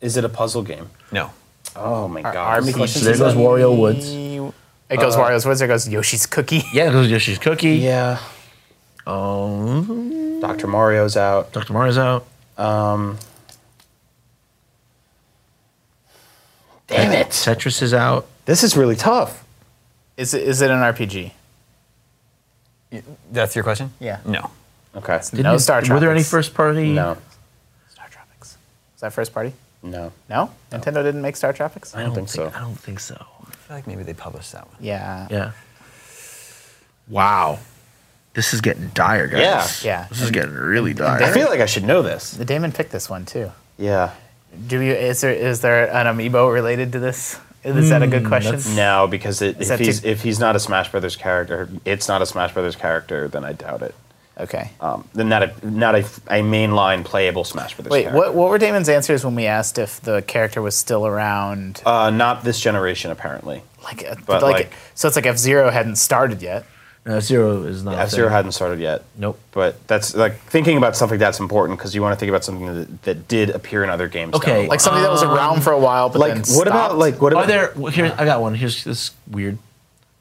Speaker 5: Is it a puzzle game?
Speaker 4: no.
Speaker 5: Oh my god.
Speaker 6: Army questions.
Speaker 2: there goes Wario Woods. Uh-huh.
Speaker 6: It goes Wario's Woods. There goes Yoshi's Cookie.
Speaker 2: Yeah, it goes Yoshi's Cookie.
Speaker 5: Yeah. Um, Dr. Mario's out.
Speaker 2: Dr. Mario's out.
Speaker 5: Damn it.
Speaker 2: Tetris is out.
Speaker 5: This is really tough.
Speaker 6: Is it is it an RPG?
Speaker 4: That's your question?
Speaker 6: Yeah.
Speaker 4: No.
Speaker 5: Okay.
Speaker 6: No Star Tropics.
Speaker 2: Were there any first party?
Speaker 5: No.
Speaker 6: Star Tropics? Is that first party?
Speaker 5: No.
Speaker 6: No, Nintendo didn't make Star Tropics.
Speaker 2: I don't,
Speaker 5: think
Speaker 2: think,
Speaker 5: so.
Speaker 2: I don't think so.
Speaker 4: I feel like maybe they published that one.
Speaker 6: Yeah.
Speaker 2: Yeah. Wow. This is getting dire, guys.
Speaker 6: Yeah. Yeah.
Speaker 2: This is getting really
Speaker 5: I
Speaker 2: dire.
Speaker 5: feel like I should know this.
Speaker 6: The Damon picked this one too.
Speaker 5: Yeah.
Speaker 6: Do you? Is there is there an amiibo related to this? Is that a good question?
Speaker 5: Hmm, No, because it, if
Speaker 6: that
Speaker 5: he's
Speaker 6: too-
Speaker 5: if he's not a Smash Brothers character, it's not a Smash Brothers character, then I doubt it.
Speaker 6: Okay.
Speaker 5: Um, then not a not a, a mainline playable Smash Brothers.
Speaker 6: Wait,
Speaker 5: character.
Speaker 6: what, what were Damon's answers when we asked if the character was still around?
Speaker 5: Uh, not this generation, apparently.
Speaker 6: like, uh, like,
Speaker 5: but, like-
Speaker 6: so it's like F Zero hadn't started yet.
Speaker 2: No, Uh, Zero is not. a
Speaker 5: F Zero
Speaker 2: thing.
Speaker 5: hadn't started yet.
Speaker 2: Nope.
Speaker 5: But that's like thinking about stuff like that's important because you want to think about something that, that did appear in other games. down
Speaker 2: Okay.
Speaker 5: the line.
Speaker 6: Like something that was around for a while, but
Speaker 5: Um, like
Speaker 6: then
Speaker 5: what
Speaker 6: stopped.
Speaker 5: about like what
Speaker 2: Are
Speaker 5: about
Speaker 2: there? well, Here, I got one. Here's this weird.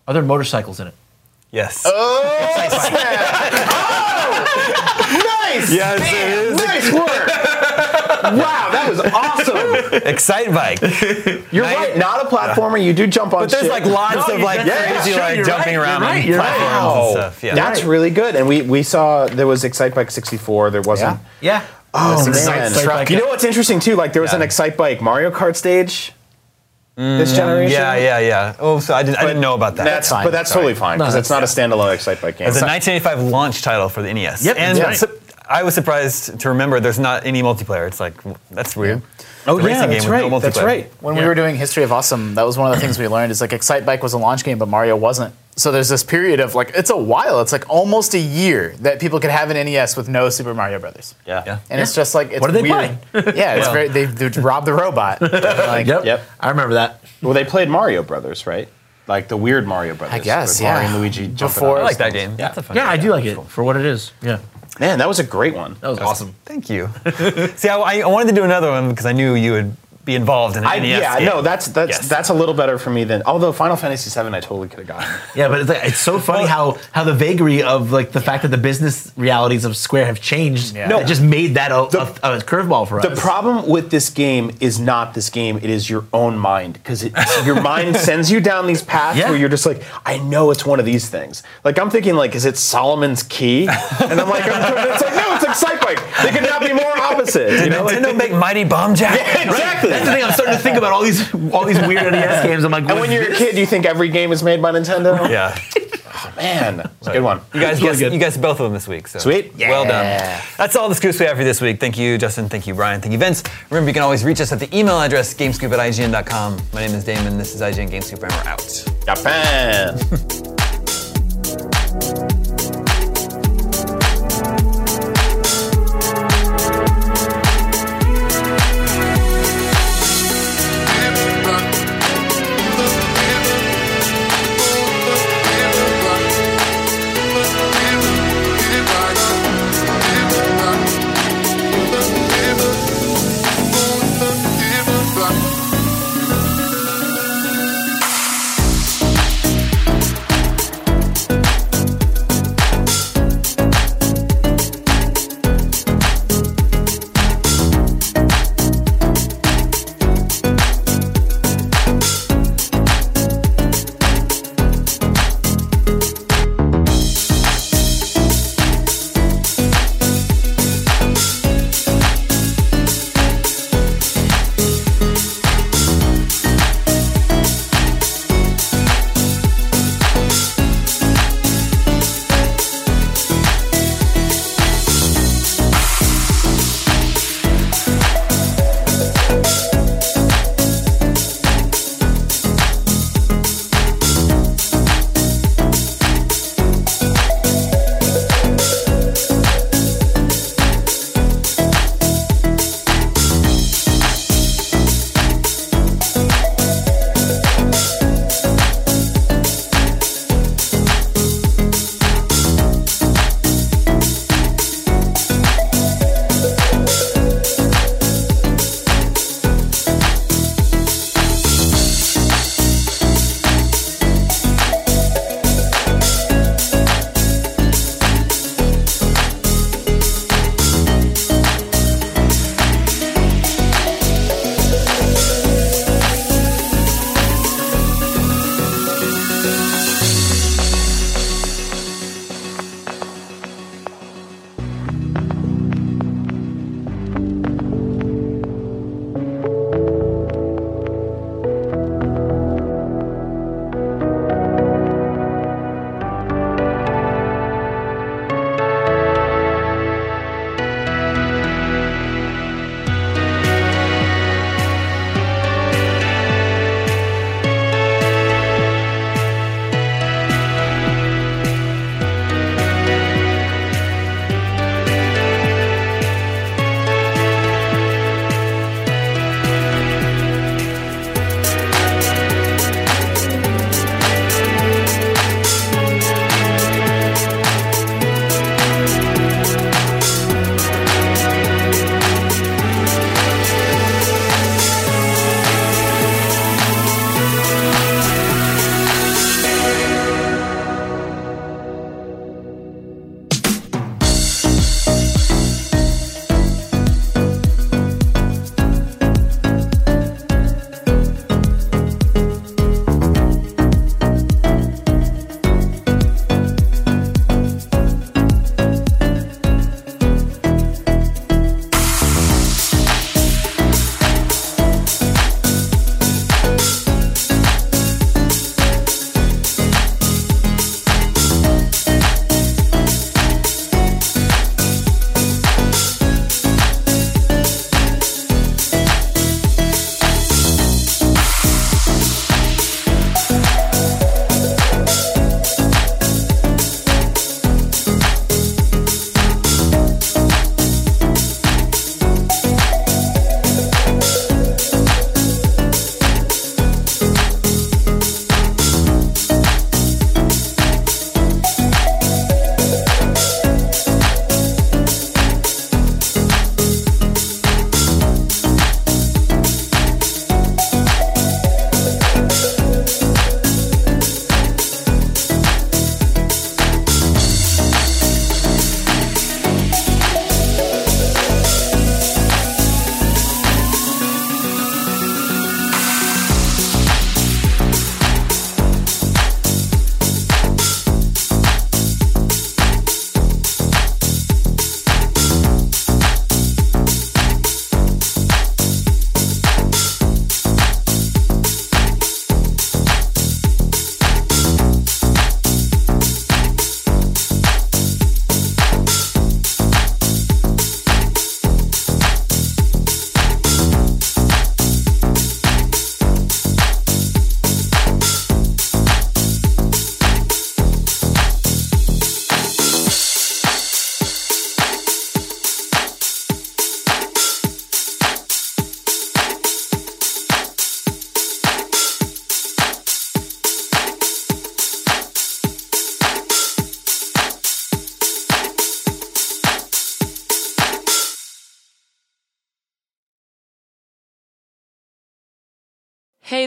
Speaker 2: Are there motorcycles in it?
Speaker 4: Yes.
Speaker 5: Oh! nice?
Speaker 4: Yes, it is.
Speaker 5: nice work. wow, that was awesome.
Speaker 4: Excite Bike.
Speaker 5: You're right. Not a platformer. You do jump on.
Speaker 4: But there's
Speaker 5: shit.
Speaker 4: like lots of like
Speaker 5: that's right.
Speaker 4: crazy
Speaker 5: Sure,
Speaker 4: like
Speaker 2: you're
Speaker 4: jumping
Speaker 2: right,
Speaker 4: around
Speaker 2: you're right,
Speaker 4: on
Speaker 2: you're right.
Speaker 4: platforms
Speaker 5: Wow.
Speaker 4: and stuff. Yeah.
Speaker 5: That's really good. And we, we saw there was Excitebike 64. There wasn't.
Speaker 6: Yeah.
Speaker 2: Yeah.
Speaker 5: Oh,
Speaker 6: Excitebike.
Speaker 5: man.
Speaker 2: Truck.
Speaker 5: You know what's interesting, too? Like, there was
Speaker 4: Yeah. Mm,
Speaker 5: an Excitebike Mario Kart stage this generation.
Speaker 4: yeah, yeah, yeah. Oh, so I didn't, I didn't know about that.
Speaker 5: That's,
Speaker 6: fine.
Speaker 5: But that's totally fine because
Speaker 2: No,
Speaker 5: it's not a standalone Excitebike game.
Speaker 4: It's a 1985 launch title for the NES.
Speaker 2: Yep,
Speaker 4: and
Speaker 2: that's right.
Speaker 4: su- I was surprised to remember there's not any multiplayer. It's like w- that's weird.
Speaker 5: oh,
Speaker 4: It's a
Speaker 5: yeah,
Speaker 4: racing
Speaker 5: that's
Speaker 4: game with
Speaker 5: right.
Speaker 4: no
Speaker 5: that's
Speaker 4: multiplayer.
Speaker 5: right.
Speaker 6: when we were doing History of Awesome, that was one of the things we learned is like Excitebike was a launch game, but Mario wasn't. So there's this period of like it's a while, it's like almost a year that people could have an NES with no Super Mario Brothers.
Speaker 5: Yeah.
Speaker 4: Yeah.
Speaker 6: And it's just like it's
Speaker 2: What do they
Speaker 6: weird. Yeah, it's very they, they rob the robot. Like,
Speaker 2: Yep.
Speaker 5: Yep.
Speaker 2: I remember that.
Speaker 5: Well, they played Mario Brothers, right? Like the weird Mario Brothers.
Speaker 6: I guess,
Speaker 5: with Mario
Speaker 6: yeah.
Speaker 5: and Luigi jumping
Speaker 6: Before-
Speaker 5: on
Speaker 4: I like that
Speaker 5: things.
Speaker 4: game. That's a fun
Speaker 2: Yeah,
Speaker 4: game.
Speaker 2: I do like it for what it is. Yeah.
Speaker 5: Man, that was a great one.
Speaker 2: That was awesome.
Speaker 4: Thank you. See, I, I wanted to do another one because I knew you would be involved in an
Speaker 5: I,
Speaker 4: NES
Speaker 5: yeah,
Speaker 4: game.
Speaker 5: no, that's that's
Speaker 4: E Yes.
Speaker 5: that's a little better for me than. Although Final Fantasy VII, I totally could have gotten.
Speaker 2: Yeah, but it's, like- it's so funny how how the vagary of like the fact that the business realities of Square have changed.
Speaker 6: Yeah.
Speaker 2: No,
Speaker 6: No.
Speaker 2: it just made that a, a, a curveball for us.
Speaker 5: The problem with this game is not this game; it is your own mind because your mind sends you down these paths
Speaker 2: Yeah.
Speaker 5: where you're just like, I know it's one of these things. Like I'm thinking, like, is it Solomon's Key? And I'm like, I'm trying, it's like no, it's like Psychbike. They could not be more opposite. You
Speaker 4: Did
Speaker 5: know, like,
Speaker 4: Nintendo make Mighty Bomb Jack?
Speaker 5: exactly.
Speaker 2: That's the thing. I'm starting to think about all these all these weird
Speaker 4: E
Speaker 2: NES games. I'm like,
Speaker 5: And when you're a kid, you think every game is made by Nintendo.
Speaker 4: Yeah.
Speaker 5: man, it's a good one.
Speaker 4: You guys,
Speaker 2: Really
Speaker 4: guessed,
Speaker 2: good.
Speaker 4: you guys both of them this week. So
Speaker 5: Sweet.
Speaker 4: Well done. That's all the scoops we have for this week. Thank you, Justin. Thank you, Brian. Thank you, Vince. Remember, you can always reach us at the email address gamescoop at IGN.com. My name is Damon. This is IGN Gamescoop, and we're out.
Speaker 5: Japan.
Speaker 7: Hey